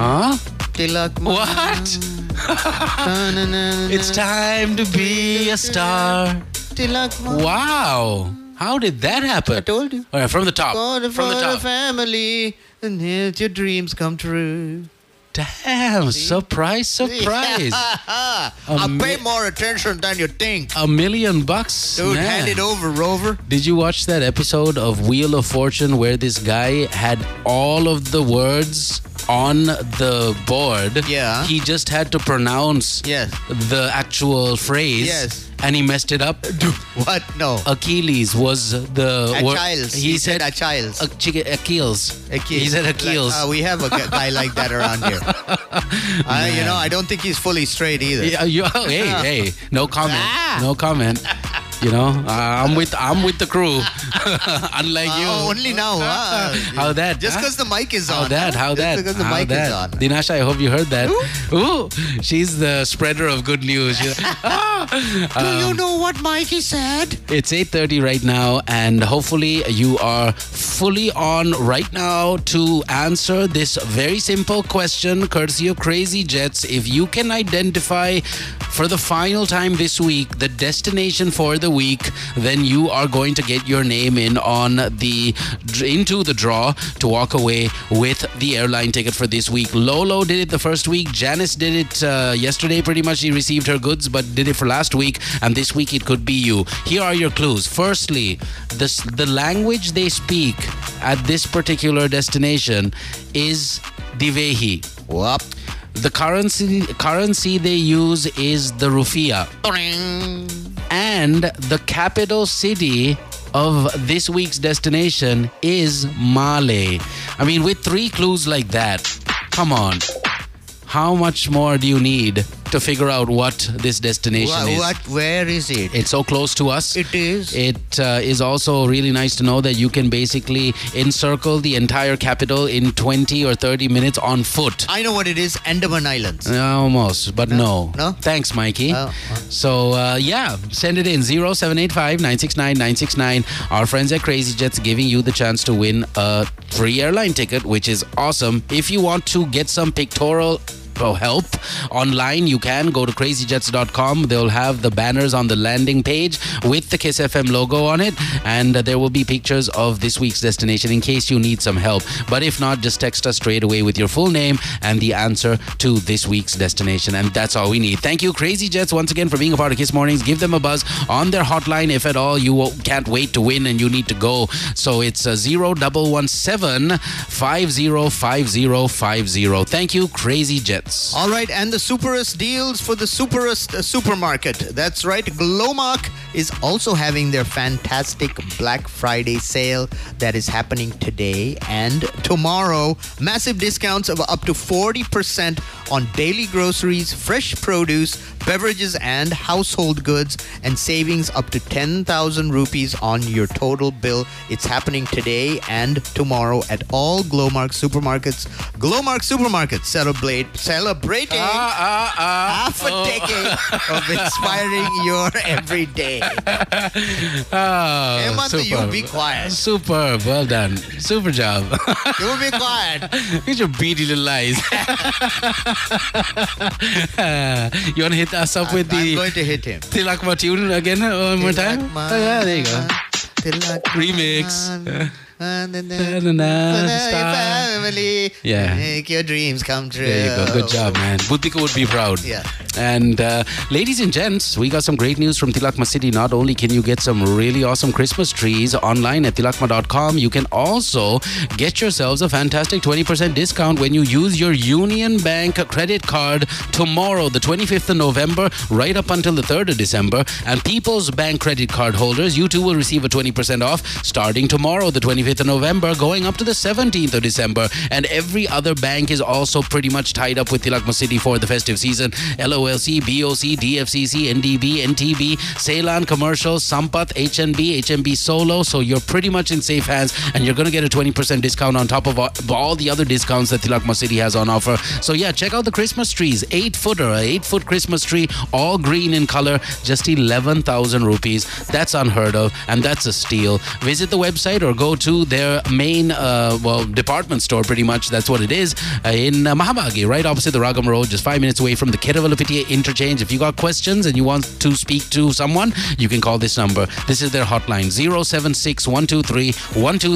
S3: Huh?
S2: Tilakma.
S3: What?
S2: na-na-na,
S3: It's time to be a star.
S2: Tilakma.
S3: Wow. How did that happen? I
S2: told you.
S3: All right, from the top.
S2: God
S3: From
S2: for
S3: the
S2: the
S3: top.
S2: family and let your dreams come true.
S3: Damn, surprise, surprise.
S2: I'll
S3: Ama-
S2: pay more attention than you think.
S3: A million bucks.
S2: Dude,
S3: man.
S2: hand it over, Rover.
S3: Did you watch that episode of Wheel of Fortune where this guy had all of the words on the board?
S2: Yeah.
S3: He just had to pronounce
S2: Yes.
S3: the actual phrase.
S2: Yes.
S3: And he messed it up.
S2: What? No.
S3: Achilles was the word.
S2: Achilles.
S3: Uh, He, said,
S2: Achilles.
S3: Ach- chick- Achilles.
S2: Achilles.
S3: He said
S2: Like,
S3: Achilles.
S2: uh, we have a gu- guy like that around here. I, you know, I don't think he's fully straight either.
S3: Yeah, you- oh, hey, hey, no comment,
S2: Ah.
S3: no comment. You know, uh, I'm with I'm with the crew, unlike
S2: Uh,
S3: you.
S2: oh, only now. huh?
S3: How that,
S2: Just
S3: huh?
S2: because the mic is
S3: How
S2: on.
S3: that? How
S2: Just
S3: that?
S2: because the
S3: how
S2: mic
S3: that?
S2: is on.
S3: Dinasha, I hope you heard that. Ooh, she's the spreader of good news. She's like, "Ah."
S2: Do you know what Mikey said?
S3: It's 8:30 right now and hopefully you are fully on right now to answer this very simple question courtesy of Crazy Jets if you can identify for the final time this week the destination for the week then you are going to get your name in on the into the draw to walk away with the airline ticket for this week Lolo did it the first week Janice did it uh, yesterday pretty much she received her goods but did it for last week and this week it could be you here are your clues firstly the, s- the language they speak at this particular destination is Divehi
S2: Whoop.
S3: the currency currency they use is the rufiya and the capital city of this week's destination is Male. I mean, with three clues like that, come on. How much more do you need to figure out what this destination
S2: What,
S3: is?
S2: what? Where is it?
S3: It's so close to us.
S2: It is.
S3: It uh, is also really nice to know that you can basically encircle the entire capital in 20 or 30 minutes on foot.
S2: I know what it is. Andaman Islands.
S3: Uh, Almost, but no.
S2: No?
S3: Thanks, Mikey.
S2: Oh, oh.
S3: So, uh, yeah, send it in 0785 969 969. Our friends at Crazy Jets giving you the chance to win a free airline ticket, which is awesome. If you want to get some pictorial oh, help online, you can go to crazyjets.com. They'll have the banners on the landing page with the Kiss FM logo on it, and uh, there will be pictures of this week's destination in case you need some help. But if not, just text us straight away with your full name and the answer to this week's destination. And that's all we need. Thank you, Crazy Jets, once again for being a part of Kiss Mornings. Give them a buzz on their hotline if at all you can't wait to win and you need to go. So it's uh, 0117 505050. Thank you, Crazy Jets.
S2: All right, and the superest deals for the superest uh, supermarket. That's right, Glowmark is also having their fantastic Black Friday sale that is happening today and tomorrow. Massive discounts of up to 40% on daily groceries, fresh produce, beverages and household goods, and savings up to 10,000 rupees on your total bill. It's happening today and tomorrow at all Glowmark supermarkets. Glowmark supermarkets celebrate celebrating
S3: Ah, ah,
S2: half a decade of inspiring your everyday.
S3: ah. Ah,
S2: Hemant, you
S3: superb.
S2: be quiet.
S3: Superb. Well done. Super job.
S2: You be quiet.
S3: These are beady little lies. you want to hit us up with
S2: I'm
S3: the
S2: going to hit him.
S3: Tilakma tune again uh, one more time?
S2: Tilakma.
S3: Oh, yeah, there you go.
S2: Tilakma.
S3: Remix.
S2: Na, na, na,
S3: Na, na, na,
S2: na,
S3: star.
S2: family.
S3: Yeah.
S2: Make your dreams come true.
S3: There you go. Good job, man. Buddhika would be proud.
S2: Oh. Yeah.
S3: And uh, ladies and gents, we got some great news from Tilakma City. Not only can you get some really awesome Christmas trees online at tilakma.com, you can also get yourselves a fantastic 20% discount when you use your Union Bank credit card tomorrow, the 25th of November, right up until the 3rd of December. And People's Bank credit card holders, you too will receive a 20% off starting tomorrow, the 25th of November, going up to the 17th of December. And every other bank is also pretty much tied up with Tilakma City for the festive season. LOLC, BOC, DFCC, NDB, NTB, Ceylon Commercial, Sampath, HNB, HNB Solo. So you're pretty much in safe hands and you're going to get a 20% discount on top of all- all the other discounts that Tilakma City has on offer. So yeah, check out the Christmas trees. Eight footer, a eight foot Christmas tree, all green in color, just 11,000 rupees. That's unheard of and that's a steal. Visit the website or go to their main, uh, well, department store pretty much. That's what it is uh, in uh, Mahabagi, right opposite the Ragam Road, just five minutes away from the Kedavalapitiya interchange. If you got questions and you want to speak to someone, you can call this number. This is their hotline 076 123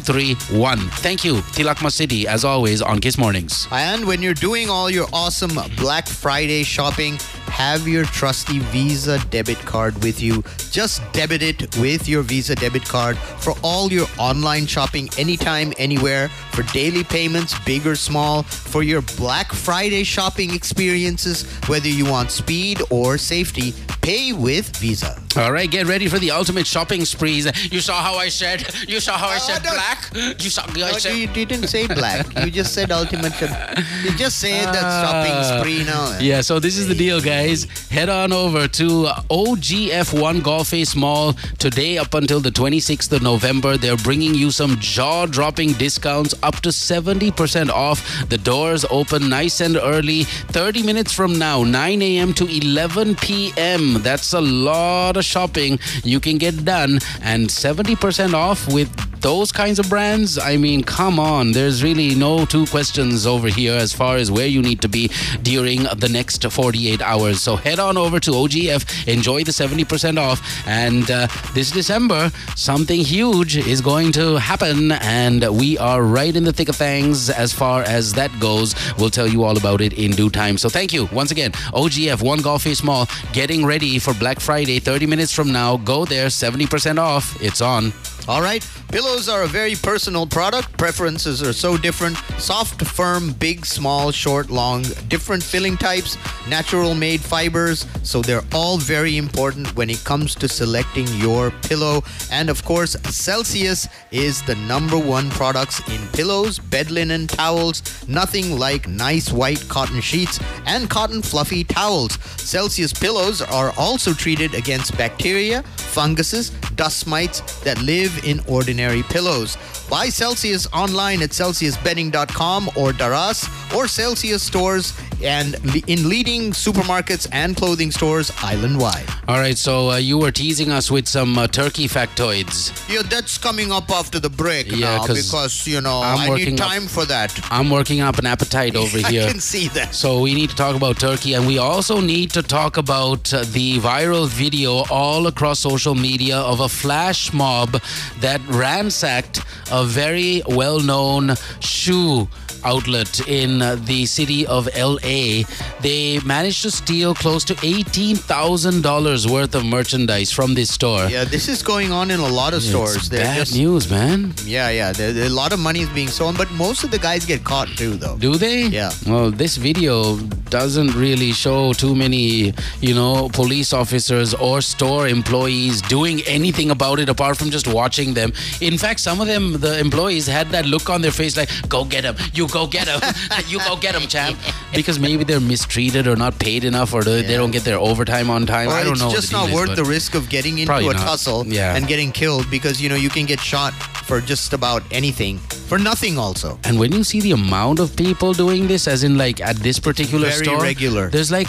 S3: 1231. Thank you, Tilakma City, as always, on Kiss Mornings.
S2: And when you're doing all your awesome Black Friday shopping, have your trusty Visa debit card with you. Just debit it with your Visa debit card for all your online shopping anytime, anywhere, for daily payments, big or small, for your Black Friday shopping experiences, whether you want speed or safety, pay with Visa.
S3: All right, get ready for the ultimate shopping sprees. You saw how I said, you saw how I
S2: Oh,
S3: said
S2: no.
S3: black. You saw, I
S2: No,
S3: said,
S2: you didn't say black. You just said ultimate. shop- You just said that shopping spree now.
S3: Yeah, so this is the deal, guys. Head on over to uh, OGF1 Golf Face Mall today up until the 26th of November. They're bringing you some jaw dropping discounts up to 70% off. The doors open nice and early, 30 minutes from now, 9 a.m. to 11 p.m. That's a lot of shopping you can get done, and 70% off with those kinds of brands, I mean, come on. There's really no two questions over here as far as where you need to be during the next 48 hours. So head on over to OGF, enjoy the 70% off. And uh, this December, something huge is going to happen. And we are right in the thick of things as far as that goes. We'll tell you all about it in due time. So thank you once again. OGF, One Golf Face Mall, getting ready for Black Friday, 30 minutes from now. Go there, 70% off. It's on.
S2: All right, pillows are a very personal product. Preferences are so different. Soft, firm, big, small, short, long, different filling types, natural made fibers. So they're all very important when it comes to selecting your pillow. And of course, Celsius is the number one products in pillows, bed linen, towels, nothing like nice white cotton sheets and cotton fluffy towels. Celsius pillows are also treated against bacteria, funguses, dust mites that live in ordinary pillows. Buy Celsius online at celsiusbedding.com or Daras or Celsius stores and le- in leading supermarkets and clothing stores island wide.
S3: All right, so uh, you were teasing us with some uh, turkey factoids.
S2: Yeah, that's coming up after the break
S3: Yeah,
S2: now
S3: 'cause
S2: because you know
S3: I'm
S2: i
S3: working
S2: need
S3: up-
S2: time for that.
S3: I'm working up an appetite over
S2: I
S3: here.
S2: can see that.
S3: So we need to talk about Turkey, and we also need to talk about uh, the viral video all across social media of a flash mob that ransacked a very well-known shoe outlet in uh, the city of LA. They managed to steal close to $18,000 worth of merchandise from this store.
S2: Yeah, this is going on in a lot of stores.
S3: It's
S2: They're
S3: bad
S2: just-
S3: news, man.
S2: Yeah, yeah. There, there- a lot of money is being stolen, but most of the guys get caught too, though.
S3: Do they?
S2: Yeah.
S3: Well, this video doesn't really show too many, you know, police officers or store employees doing anything about it apart from just watching them. In fact, some of them, the employees, had that look on their face like, go get him, you go get him, you go get him, champ. Because because maybe they're mistreated or not paid enough or they they don't get their overtime on time.
S2: Or
S3: I don't
S2: it's
S3: know. what
S2: just
S3: the
S2: not
S3: deal is,
S2: worth
S3: but-
S2: the risk of getting into
S3: Probably
S2: a
S3: not.
S2: tussle
S3: Yeah.
S2: and getting killed because you know you can get shot for just about anything for nothing also
S3: And when you see the amount of people doing this, as in like at this particular
S2: Very
S3: store,
S2: regular.
S3: there's like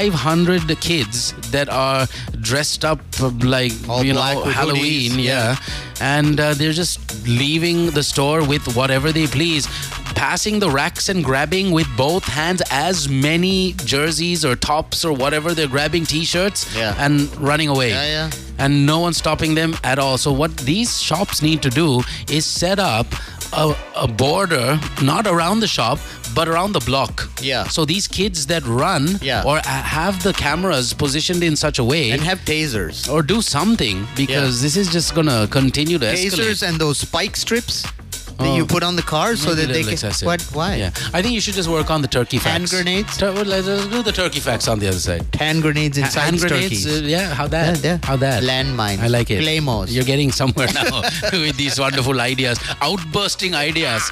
S3: 500 kids that are dressed up uh, like
S2: All
S3: you
S2: black
S3: know
S2: with
S3: Halloween,
S2: hoodies,
S3: yeah, and uh, they're just leaving the store with whatever they please. Passing the racks and grabbing with both hands as many jerseys or tops or whatever they're grabbing, t-shirts
S2: Yeah.
S3: and running away
S2: Yeah, yeah.
S3: and no one's stopping them at all. So what these shops need to do is set up a, a border not around the shop but around the block.
S2: Yeah.
S3: So these kids that run
S2: Yeah.
S3: or a- have the cameras positioned in such a way
S2: and have tasers.
S3: or do something because this is just gonna continue to escalate.
S2: Tasers and those spike strips that you
S3: Oh.
S2: put on the car so
S3: Maybe
S2: that
S3: a
S2: they can.
S3: little excessive.
S2: What? Why?
S3: Yeah, I think you should just work on the turkey facts.
S2: Hand grenades?
S3: Tur- let's let's do the turkey facts on the other side.
S2: Hand grenades inside
S3: Hand
S2: turkeys.
S3: grenades, uh, yeah. How that?
S2: Yeah, yeah.
S3: How that?
S2: Landmines.
S3: I like it.
S2: Claymores.
S3: You're getting somewhere now with these wonderful ideas, outbursting ideas.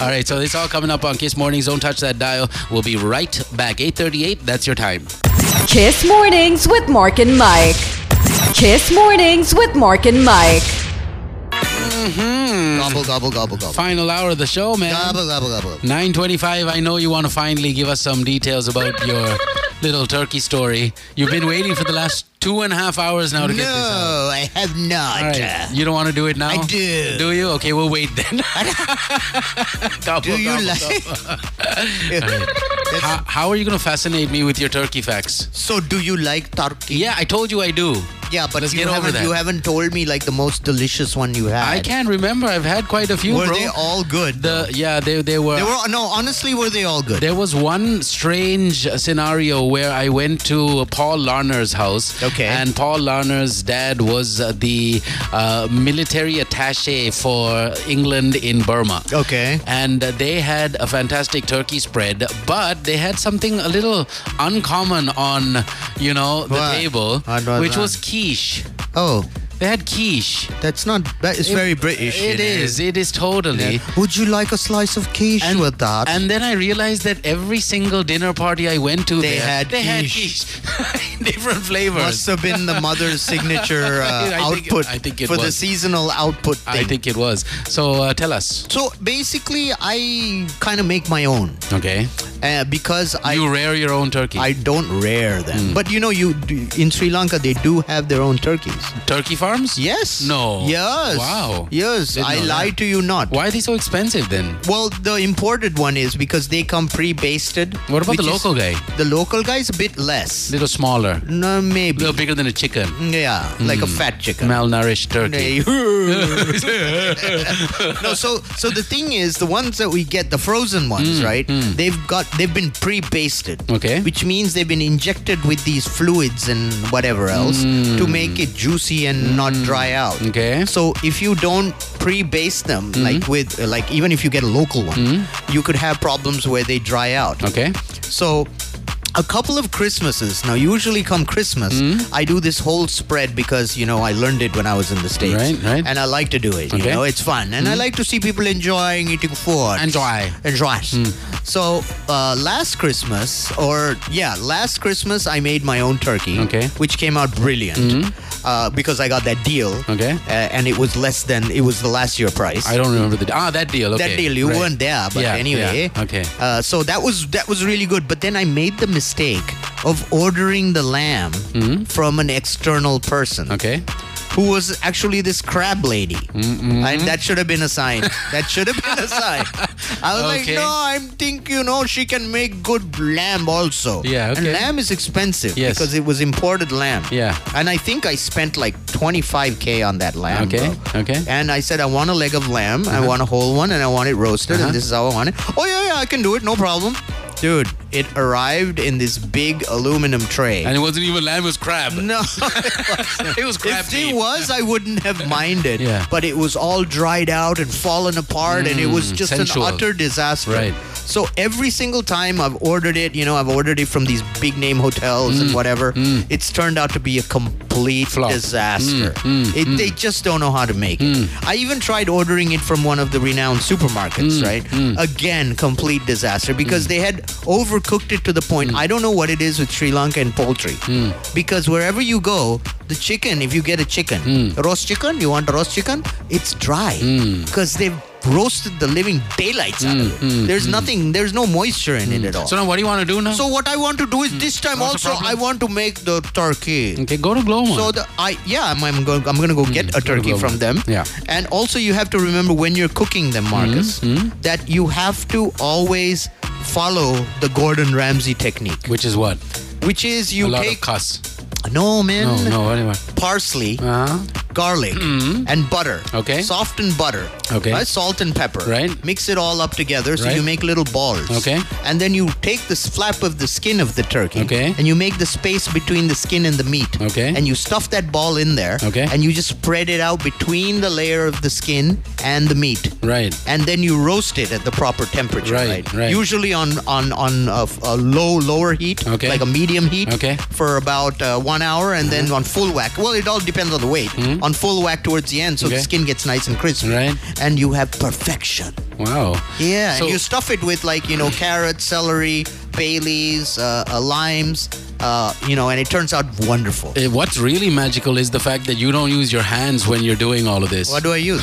S3: All right, so it's all coming up on Kiss Mornings. Don't touch that dial. We'll be right back. 8:38. That's your time.
S1: Kiss Mornings with Mark and Mike. Kiss Mornings with Mark and Mike.
S2: Gobble gobble gobble gobble.
S3: Final hour of the show, man.
S2: Gobble gobble gobble. gobble.
S3: 9:25. I know you want to finally give us some details about your little turkey story. You've been waiting for the last two and a half hours now to get this out.
S2: No, I have not.
S3: All right. You don't want to do it now?
S2: I do.
S3: Do you? Okay, we'll wait then. Gobble,
S2: Do you
S3: gobble,
S2: like?
S3: How, how are you going to fascinate me with your turkey facts?
S2: so do you like turkey?
S3: Yeah, I told you I do.
S2: Yeah, but
S3: Let's
S2: you
S3: get over
S2: haven't
S3: that.
S2: you haven't told me like the most delicious one you had.
S3: I can't remember. I've had quite a few,
S2: Were
S3: bro.
S2: they all good?
S3: the yeah, they they were.
S2: they were no. Honestly, were they all good?
S3: There was one strange scenario where I went to Paul Larner's house.
S2: Okay.
S3: And Paul Larner's dad was uh, the uh, military attache for England in Burma.
S2: Okay.
S3: And they had a fantastic turkey spread, but they had something a little uncommon on, you know, the
S2: What?
S3: table,
S2: What was
S3: which
S2: that?
S3: was quiche.
S2: Oh,
S3: They had quiche.
S2: that's not. That is very British.
S3: It is. It is totally.
S2: Would you like a slice of quiche with that?
S3: And then I realized that every single dinner party I went to,
S2: They
S3: there,
S2: had
S3: they had
S2: quiche.
S3: quiche. different flavors.
S2: must have been the mother's signature uh,
S3: I think-
S2: output
S3: I think it
S2: for the
S3: was.
S2: seasonal output thing.
S3: I think it was. So uh, tell us.
S2: so basically, I kind of make my own
S3: Okay.
S2: uh, because I
S3: you rear your own turkey.
S2: I don't rare them. But you know, you do- in Sri Lanka they do have their own turkeys.
S3: turkey farms?
S2: Yes.
S3: No.
S2: Yes.
S3: Wow.
S2: Yes.
S3: Didn't
S2: I
S3: know
S2: lie
S3: that.
S2: to you not.
S3: Why are they so expensive then?
S2: Well, the imported one is because they come pre-basted.
S3: What about the
S2: which is-
S3: local guy?
S2: The local guy's a bit less.
S3: Little smaller,
S2: No,
S3: a
S2: maybe.
S3: little bigger than a chicken.
S2: Yeah, like
S3: Hmm.
S2: a fat chicken.
S3: Malnourished turkey.
S2: no, so so the thing is, the ones that we get, the frozen ones, right? They've got they've been pre-basted,
S3: Mm, Okay.
S2: which means they've been injected with these fluids and whatever else to make it juicy and not dry out.
S3: Mm. Okay. Mm.
S2: So if you don't pre-base them, like with like even if you get a local one, you could have problems where they dry out.
S3: Okay.
S2: So a couple of Christmases. Now, usually come Christmas,
S3: Hmm?
S2: I do this whole spread because, you know, I learned it when I was in the States.
S3: Right, right.
S2: And I like to do it. You
S3: Okay. Hmm?
S2: know, it's fun. And I like to see people enjoying eating food.
S3: Enjoy. Hmm.
S2: Enjoy. So uh, last Christmas, or yeah, last Christmas, I made my own turkey.
S3: Okay. Hmm?
S2: Which came out brilliant. Uh, because I got that deal.
S3: Okay.
S2: Uh, and it was less than, it was the last year price
S3: I don't remember the ah that deal. Okay.
S2: that deal. You
S3: Right.
S2: weren't there, but
S3: Yeah,
S2: anyway.
S3: yeah, okay.
S2: Uh, so that was that was really good. But then I made the mistake of ordering the lamb from an external person.
S3: Mm-hmm. Okay.
S2: Who was actually this crab lady?
S3: Mm-hmm.
S2: And that should have been a sign. That should have been a sign. I was like,
S3: Okay.
S2: no, I think you know she can make good lamb also.
S3: Yeah,
S2: And
S3: okay.
S2: lamb is expensive
S3: Yes.
S2: because it was imported lamb.
S3: Yeah.
S2: And I think I spent like 25k on that lamb.
S3: Okay,
S2: bro.
S3: okay. Uh-huh.
S2: And I said, I want a leg of lamb. I want a whole one, and I want it roasted, and this is how I want it. Oh yeah, yeah, I can do it, no problem, dude. It arrived in this big aluminum tray.
S3: And it wasn't even lamb; it was crab.
S2: no,
S3: It was crab.
S2: if it
S3: meat.
S2: was, I wouldn't have minded.
S3: Yeah.
S2: But it was all dried out and fallen apart, and it was just
S3: Mm, sensual.
S2: an utter disaster.
S3: Right.
S2: So every single time I've ordered it, you know, I've ordered it from these big name hotels and whatever, it's turned out to be a complete
S3: Mm. Flop.
S2: disaster.
S3: Hmm,
S2: it, They just don't know how to make it. I even tried ordering it from one of the renowned supermarkets,
S3: Hmm,
S2: right? Again, complete disaster because they had overcooked it to the point.
S3: Hmm.
S2: I don't know what it is with Sri Lanka and poultry because wherever you go, the chicken, if you get a chicken,
S3: Hmm.
S2: roast chicken, you want roast chicken, it's dry because they've roasted the living daylights
S3: Hmm,
S2: out of it. there's nothing, there's no moisture in it at all.
S3: So now, what do you want to do now?
S2: So what I want to do is this time
S3: What's the
S2: also I
S3: problem?
S2: want to make the turkey.
S3: okay, go to Glowmont.
S2: So the I yeah I'm, I'm going I'm gonna go get a turkey
S3: Hmm, go
S2: from
S3: with-
S2: them.
S3: yeah. Hmm,
S2: And also you have to remember when you're cooking them, Marcus, that you have to always follow the Gordon Ramsay technique,
S3: Which is what?
S2: which is
S3: A
S2: you
S3: lot
S2: take
S3: of cuss.
S2: no man
S3: No, no, anyway.
S2: parsley,
S3: Uh-huh.
S2: garlic, and butter.
S3: Mm-hmm. Okay.
S2: Softened butter.
S3: Okay.
S2: Right? Salt and pepper.
S3: Right.
S2: Mix it all up together so
S3: Right.
S2: you make little balls.
S3: Okay.
S2: And then you take this flap of the skin of the turkey.
S3: Okay.
S2: And you make the space between the skin and the meat.
S3: Okay.
S2: And you stuff that ball in there.
S3: Okay.
S2: And you just spread it out between the layer of the skin and the meat.
S3: Right.
S2: And then you roast it at the proper temperature.
S3: Right,
S2: Right.
S3: right.
S2: Usually on on on a, a low lower heat.
S3: Okay.
S2: Like a medium heat.
S3: Okay.
S2: For about uh, one hour, and then on full whack. Well, it all depends on the weight. On full whack towards the end, so the
S3: Hmm? Okay.
S2: skin gets nice and crispy.
S3: Right.
S2: And you have perfection.
S3: Wow.
S2: Yeah.
S3: So-
S2: and you stuff it with like you know carrots, celery, bay leaves, uh, uh, limes. Uh, you know, and it turns out wonderful.
S3: Eh, What's really magical is the fact that you don't use your hands when you're doing all of this.
S2: What do I use?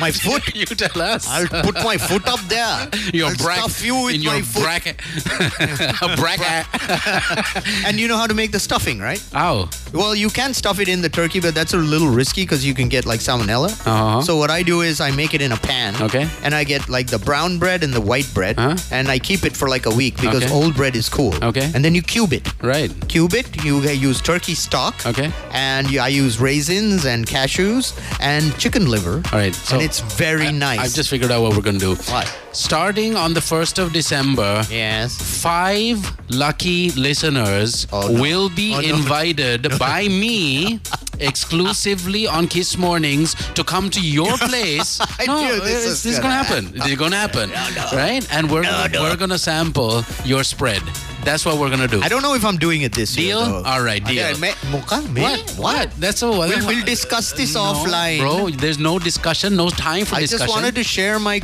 S2: my foot.
S3: you tell us.
S2: I'll put my foot up there.
S3: your
S2: I'll
S3: brack,
S2: stuff you with
S3: in
S2: my
S3: your
S2: foot.
S3: bracket. a bracket.
S2: And you know how to make the stuffing, right?
S3: Ow.
S2: Well, you can stuff it in the turkey, but that's a little risky because you can get like salmonella.
S3: Uh-huh.
S2: So what I do is I make it in a pan.
S3: Okay.
S2: And I get like the brown bread and the white bread,
S3: Uh-huh.
S2: and I keep it for like a week because
S3: Okay.
S2: old bread is cool.
S3: Okay.
S2: And then you cube it.
S3: Right.
S2: Cube it. You uh, use turkey stock.
S3: Okay.
S2: And you- I use raisins and cashews and chicken liver.
S3: All right. So
S2: and it's very nice.
S3: I've just figured out what we're going to do.
S2: What?
S3: Starting on the 1st of December,
S2: yes.
S3: five lucky listeners
S2: Oh, no.
S3: will be
S2: Oh, no.
S3: invited by me exclusively on Kiss Mornings to come to your place.
S2: I
S3: no,
S2: knew this
S3: it's-
S2: was
S3: this is
S2: gonna
S3: gonna happen. It's gonna happen, right? And we're gonna, we're gonna sample your spread. That's what we're gonna do.
S2: I don't know if I'm doing it this
S3: Deal?
S2: year. though.
S3: All right,
S2: I think I
S3: deal.
S2: may- Mukha, may-
S3: what?
S2: What?
S3: That's a what?
S2: We'll, we'll discuss this
S3: No,
S2: offline.
S3: bro. There's no discussion, no time for
S2: I
S3: discussion.
S2: just wanted to share my,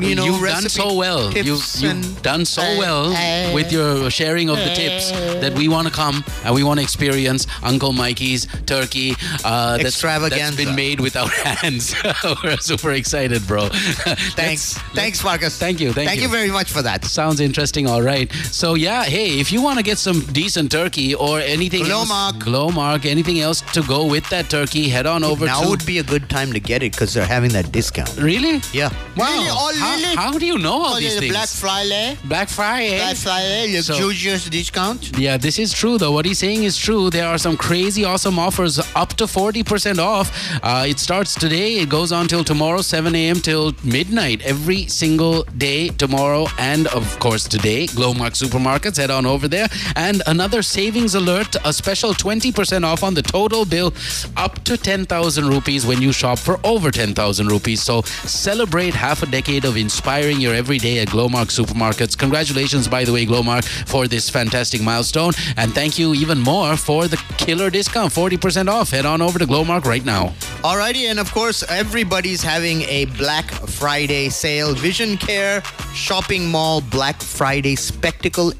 S2: you know,
S3: have
S2: recipe
S3: done so well. You,
S2: tips
S3: you've
S2: and-
S3: done so
S2: Uh,
S3: well
S2: uh,
S3: with your sharing of the tips that we want to come and we want to experience Uncle Mikey's turkey. Uh, that's-
S2: Extravaganza.
S3: That's been made with our hands. We're super excited, bro.
S2: Thanks, thanks, Marcus.
S3: Thank you, thank
S2: thank
S3: you.
S2: you very much for that.
S3: Sounds interesting, all right. So yeah, hey, if you want to get some decent turkey or anything
S2: Glowmark.
S3: else, Glowmark, anything else to go with that turkey, head on over
S2: now
S3: to
S2: would be a good time to get it because they're having that discount.
S3: really.
S2: Yeah.
S3: Wow.
S2: Really? Oh,
S3: how,
S2: really?
S3: how do you know all
S2: Oh, yeah,
S3: these
S2: the
S3: things?
S2: Black Friday,
S3: Black Friday.
S2: Black Friday, the
S3: So-
S2: Julius discount.
S3: Yeah, this is true though. What he's saying is true. There are some crazy awesome offers, up to 40% off. Uh, it starts today, it goes on till tomorrow, 7 a.m. till midnight, every single day, tomorrow, and of course today. Glowmark Supermarkets, head on over there. And another savings alert, a special 20% off on the total bill, up to 10,000 rupees when you shop for over 10,000 rupees. So celebrate half a decade of inspiring your everyday at Glowmark Supermarkets. Congratulations, by the way, Glowmark, for this fantastic milestone. And thank you even more for the killer discount 40% off. Head on over to Glowmark right now.
S2: Alrighty, and of course, everybody's having a Black Friday sale. Vision Care Shopping Mall Black Friday Spectacle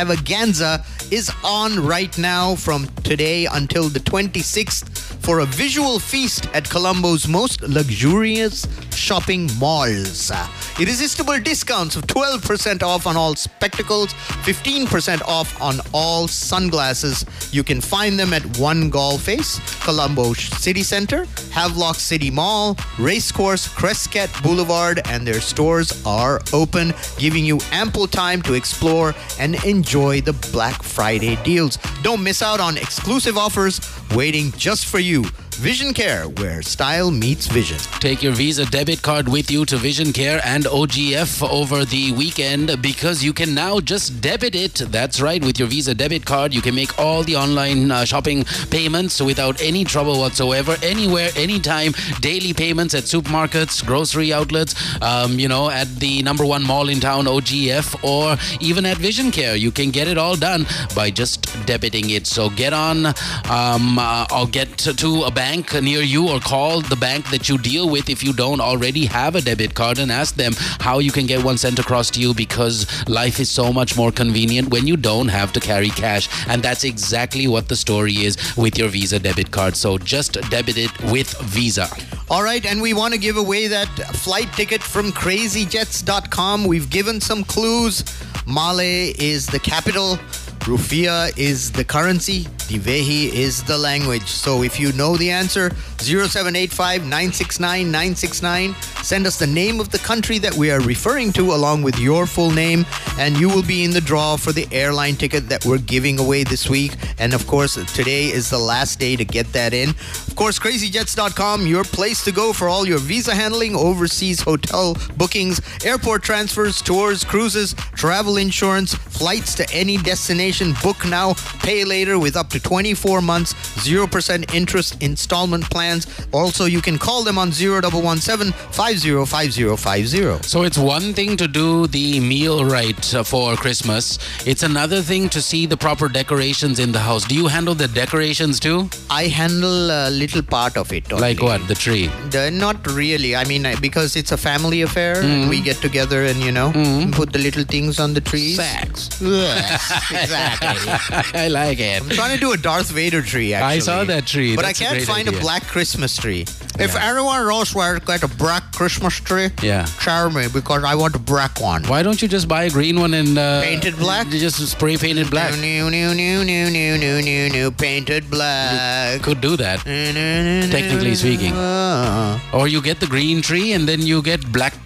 S2: Extravaganza is on right now from today until the 26th for a visual feast at Colombo's most luxurious shopping malls. Uh, Irresistible discounts of 12% off on all spectacles, 15% off on all sunglasses. You can find them at One Golf Face, Colombo City Center, Havelock City Mall, Racecourse, Crescat Boulevard, and their stores are open, giving you ample time to explore and enjoy the Black Friday deals. Don't miss out on exclusive offers waiting just for you. Vision Care, where style meets vision.
S3: Take your Visa debit card with you to Vision Care and OGF over the weekend because you can now just debit it. That's right, with your Visa debit card, you can make all the online uh, shopping payments without any trouble whatsoever, anywhere, anytime. Daily payments at supermarkets, grocery outlets, um, you know, at the number one mall in town, OGF, or even at Vision Care. You can get it all done by just debiting it. So get on um, uh, or get to a bank near you or call the bank that you deal with if you don't already have a debit card and ask them how you can get one sent across to you because life is so much more convenient when you don't have to carry cash. And that's exactly what the story is with your Visa debit card. So just debit it with Visa.
S2: All right, and we want to give away that flight ticket from crazyjets.com. We've given some clues. Male is the capital, Rufia is the currency, Divehi is the language. So if you know the answer, 0785 969 969, send us the name of the country that we are referring to along with your full name, and you will be in the draw for the airline ticket that we're giving away this week. And of course, today is the last day to get that in. Of course, crazyjets.com, your place to go for all your visa handling, overseas hotel bookings, airport transfers, tours, cruises, travel insurance, flights to any destination. Book now, pay later with up to 24 months, 0% interest installment plans. Also, you can call them on 0117 505050.
S3: So it's one thing to do the meal right uh, for Christmas. It's another thing to see the proper decorations in the house. Do you handle the decorations too?
S2: I handle a little part of it.
S3: Like
S2: only.
S3: what? The tree.
S2: The- not really. I mean, I- because it's a family affair.
S3: Mm-hmm.
S2: and We get together and, you know, put the little things on the trees.
S3: Sex.
S2: Yes, exactly.
S3: I like it.
S2: I'm trying to do a Darth Vader tree, actually.
S3: I saw that tree.
S2: But
S3: That's a
S2: I can't
S3: great
S2: find
S3: idea.
S2: a black Christmas tree. If
S3: Yeah.
S2: anyone knows where to get a black Christmas tree,
S3: Yeah.
S2: share me because I want a black one.
S3: Why don't you just buy a green one and uh,
S2: Painted black?
S3: You just spray painted black.
S2: New, new, new, new, new, new, new, new, painted black.
S3: Could do that, technically speaking.
S2: Uh,
S3: Or you get the green tree and then you get black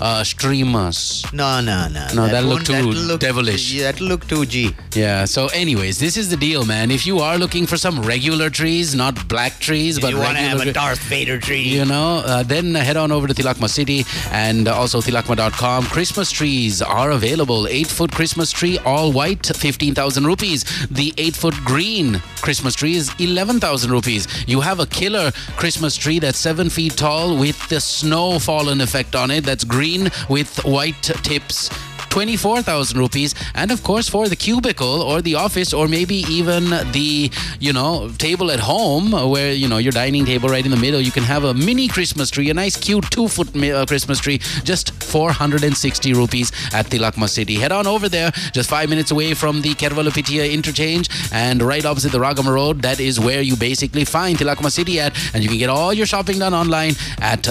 S3: uh, streamers.
S2: no, no, no.
S3: No, that'll look
S2: won't-
S3: too devilish.
S2: yeah, That'll look too G.
S3: Yeah. So, anyways, this is the deal, man. If you are looking for some regular trees, not black trees, but
S2: you want to
S3: regular
S2: have a
S3: tre-
S2: Darth Vader tree.
S3: You know, uh, then head on over to Tilakma City and also tilakma.com. Christmas trees are available. Eight foot Christmas tree, all white, 15,000 rupees. The eight foot green Christmas tree is 11,000 rupees. You have a killer Christmas tree that's seven feet tall with the snow fallen effect on it that's green with white tips. 24,000 rupees and of course for the cubicle or the office or maybe even the you know table at home uh, where you know your dining table right in the middle you can have a mini christmas tree a nice cute 2 foot mi- uh, christmas tree just 460 rupees at tilakma city head on over there just 5 minutes away from the kervalapitiya interchange and right opposite the ragama road that is where you basically find tilakma city at and you can get all your shopping done online at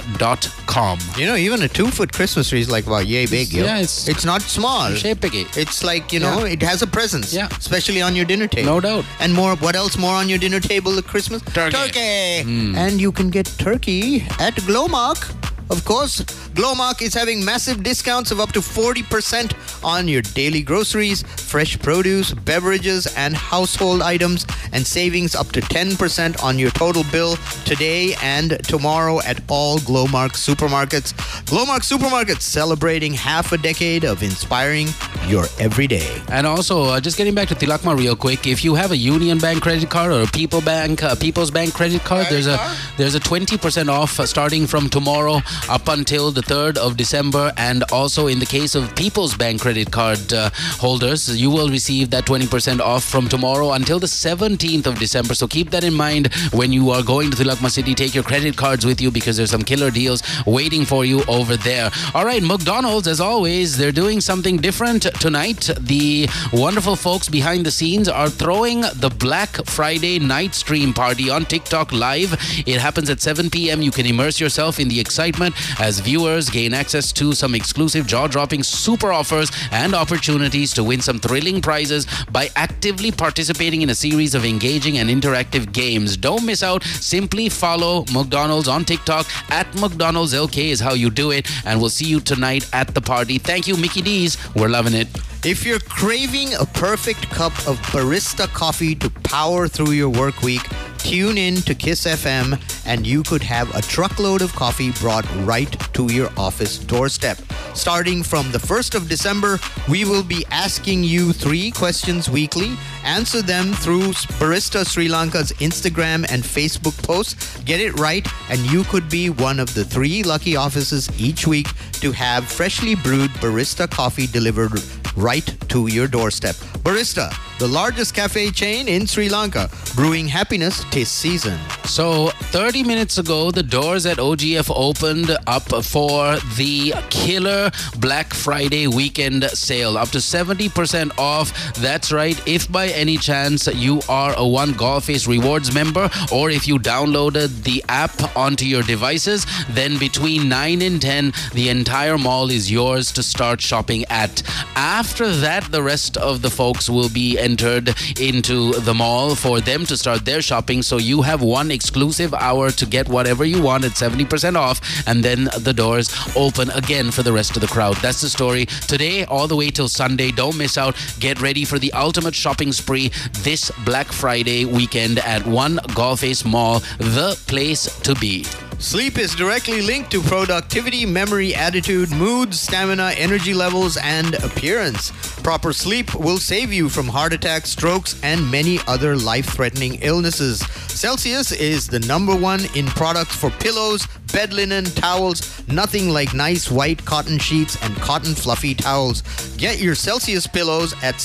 S3: tilakma.com
S2: You know, even a two foot Christmas tree is like about yay big. yo.
S3: Yeah, it's-
S2: it's not small.
S3: shape it
S2: It's like you know, it has a presence.
S3: Yeah.
S2: Especially on your dinner table.
S3: No doubt.
S2: And more, what else? More on your dinner table at Christmas?
S3: Turkey.
S2: And you can get turkey at Glowmark. Of course, Glowmark is having massive discounts of up to 40% on your daily groceries, fresh produce, beverages, and household items, and savings up to 10% on your total bill today and tomorrow at all Glowmark supermarkets. Glowmark supermarkets celebrating half a decade of inspiring your everyday.
S3: And also, uh, just getting back to Tilakma real quick, if you have a Union Bank credit card or a People Bank, uh, People's Bank credit card, there's a there's a 20% off uh, starting from tomorrow up until the 3rd of December. And also, in the case of People's Bank credit card uh, holders, you will receive that 20% off from tomorrow until the 17th of December. So keep that in mind when you are going to Tilakma City. Take your credit cards with you because there's some killer deals waiting for you over there. All right, McDonald's, as always, they're doing something different tonight. The wonderful folks behind the scenes are throwing the Black Friday night stream party on TikTok live. It happens at 7 p.m. You can immerse yourself in the excitement as viewers gain access to some exclusive jaw dropping super offers and opportunities to win some thrilling prizes by actively participating in a series of engaging and interactive games. Don't miss out. Simply follow McDonald's on TikTok. At McDonald's LK is how you do it. And we'll see you tonight at the party. Thank you, Mickey D's. We're loving it.
S2: If you're craving a perfect cup of barista coffee to power through your work week, Tune in to Kiss FM and you could have a truckload of coffee brought right to your office doorstep. Starting from the 1st of December, we will be asking you three questions weekly. Answer them through Barista Sri Lanka's Instagram and Facebook posts. Get it right, and you could be one of the three lucky offices each week to have freshly brewed barista coffee delivered right to your doorstep. Barista, the largest cafe chain in Sri Lanka, brewing happiness this season.
S3: So, 30 minutes ago, the doors at OGF opened up for the killer Black Friday weekend sale. Up to 70% off. That's right. If by any chance you are a One Golface Rewards member or if you downloaded the app onto your devices, then between 9 and 10, the entire mall is yours to start shopping at. After that, the rest of the folks will be entered into the mall for them to start their shopping. So, you have one exclusive hour to get whatever you want at 70% off, and then the doors open again for the rest of the crowd. That's the story today, all the way till Sunday. Don't miss out. Get ready for the ultimate shopping spree this Black Friday weekend at One Golface Mall, the place to be.
S2: Sleep is directly linked to productivity, memory, attitude, mood, stamina, energy levels, and appearance. Proper sleep will save you from heart attacks, strokes, and many other life threatening illnesses. Celsius is the number one in products for pillows, bed linen, towels, nothing like nice white cotton sheets and cotton fluffy towels. Get your Celsius pillows at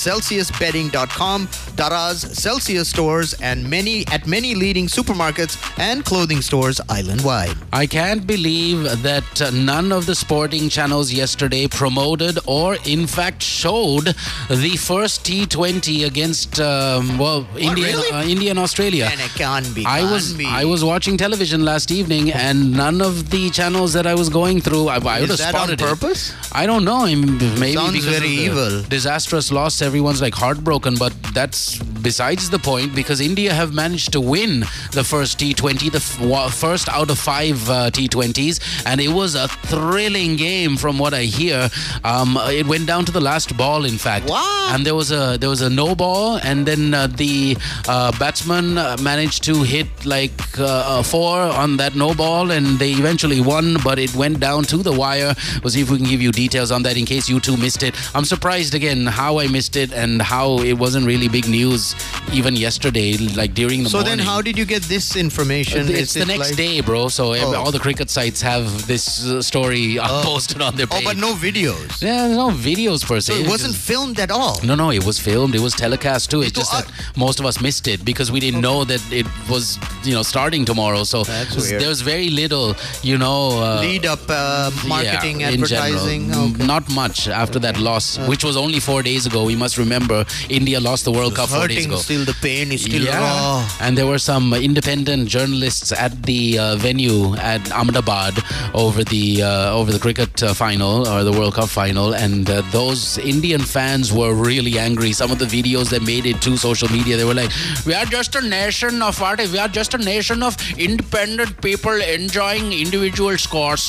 S2: celsiusbedding.com, Dara's Celsius stores, and many at many leading supermarkets and clothing stores island wide.
S3: I can't believe that uh, none of the sporting channels yesterday promoted or, in fact, showed the first T20 against um, well, India,
S2: Oh, really?
S3: uh, India and Australia.
S2: And it can be.
S3: I
S2: can
S3: was
S2: be.
S3: I was watching television last evening, and none of the channels that I was going through, I, I would have
S2: Is that on
S3: spotted it.
S2: purpose?
S3: I don't know. I mean, Maybe
S2: Sounds
S3: because of
S2: very
S3: the
S2: evil.
S3: Disastrous loss. Everyone's like heartbroken, but that's besides the point because India have managed to win the first T20, the f- wa- first out of five uh, T20s, and it was a thrilling game from what I hear. Um, it went down to the last ball, in fact.
S2: What?
S3: And there was a there was a no ball, and then uh, the uh, batsman uh, managed to hit like uh, a four on that no ball, and they eventually won. But it went down to the wire. We'll see if we can give you details on that in case you two missed it. I'm surprised again how I missed it and how it wasn't really big news even yesterday, like during the
S2: So
S3: morning.
S2: then, how did you get this information? Is
S3: It's the
S2: it
S3: next
S2: like-
S3: day, bro. So ev-
S2: Oh.
S3: all the cricket sites have this uh, story uh, posted on their
S2: Oh,
S3: page.
S2: but no videos.
S3: Yeah, there's no videos per
S2: So
S3: se.
S2: it
S3: It's
S2: wasn't
S3: just-
S2: filmed at all.
S3: no, no, it was filmed. It was telecast too. It's
S2: To
S3: just
S2: us-
S3: that most of us missed it because we didn't know that it was, you know, starting tomorrow. So
S2: That's
S3: s-
S2: weird.
S3: there was very little, you know, uh,
S2: Lead up uh,
S3: yeah,
S2: marketing,
S3: in
S2: advertising.
S3: general.
S2: Okay. Uh.
S3: Not much after that loss, which was only four days ago. We must remember India lost the World Cup four days
S2: Hurting
S3: ago.
S2: still, the pain is still
S3: yeah,
S2: raw.
S3: and there were some independent journalists at the uh, venue at Ahmedabad over the uh, over the cricket uh, final or the World Cup final, and uh, those Indian fans were really angry. Some of the videos that made it to social media, they were like, "We are just a nation of art. We are just a nation of independent people enjoying individual scores,"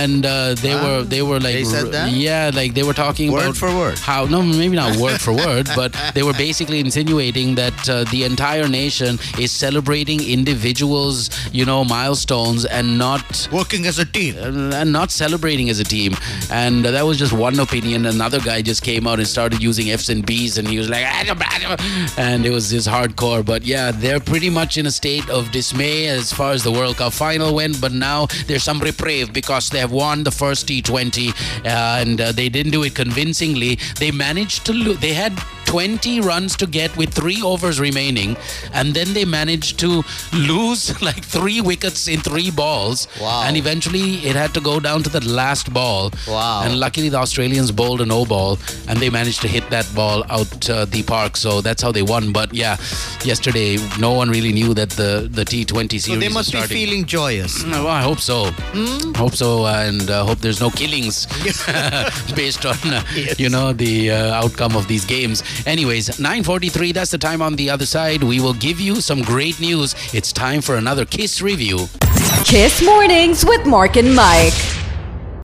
S3: and uh, they were they were like,
S2: They said that?
S3: yeah, like they were talking
S2: Word
S3: about
S2: for word.
S3: how no maybe not word for word but they were basically insinuating that uh, the entire nation is celebrating individuals you know milestones and not uh,
S2: Working as a team.
S3: and not celebrating as a team and that was just one opinion another guy just came out and started using f's and b's and he was like "Ah, and it was just hardcore but yeah they're pretty much in a state of dismay as far as the world cup final went but now there's some reprieve because they have won the first t20 uh, and uh, they didn't do it convincingly they managed to lose they had 20 runs to get with three overs remaining, and then they managed to lose like three wickets in three balls.
S2: Wow.
S3: And eventually it had to go down to the last ball.
S2: Wow.
S3: And luckily the Australians bowled a no ball, and they managed to hit that ball out uh, the park. So that's how they won. But yeah, yesterday no one really knew that the, the T20 series
S2: So they
S3: was
S2: must be
S3: starting.
S2: feeling joyous.
S3: Mm, well, I hope so. Hope so, and uh, hope there's no killings based on uh, you know the uh, outcome of these games. Anyways, 9:43. That's the time on the other side. We will give you some great news. It's time for another Kiss review.
S1: Kiss Mornings with Mark and Mike.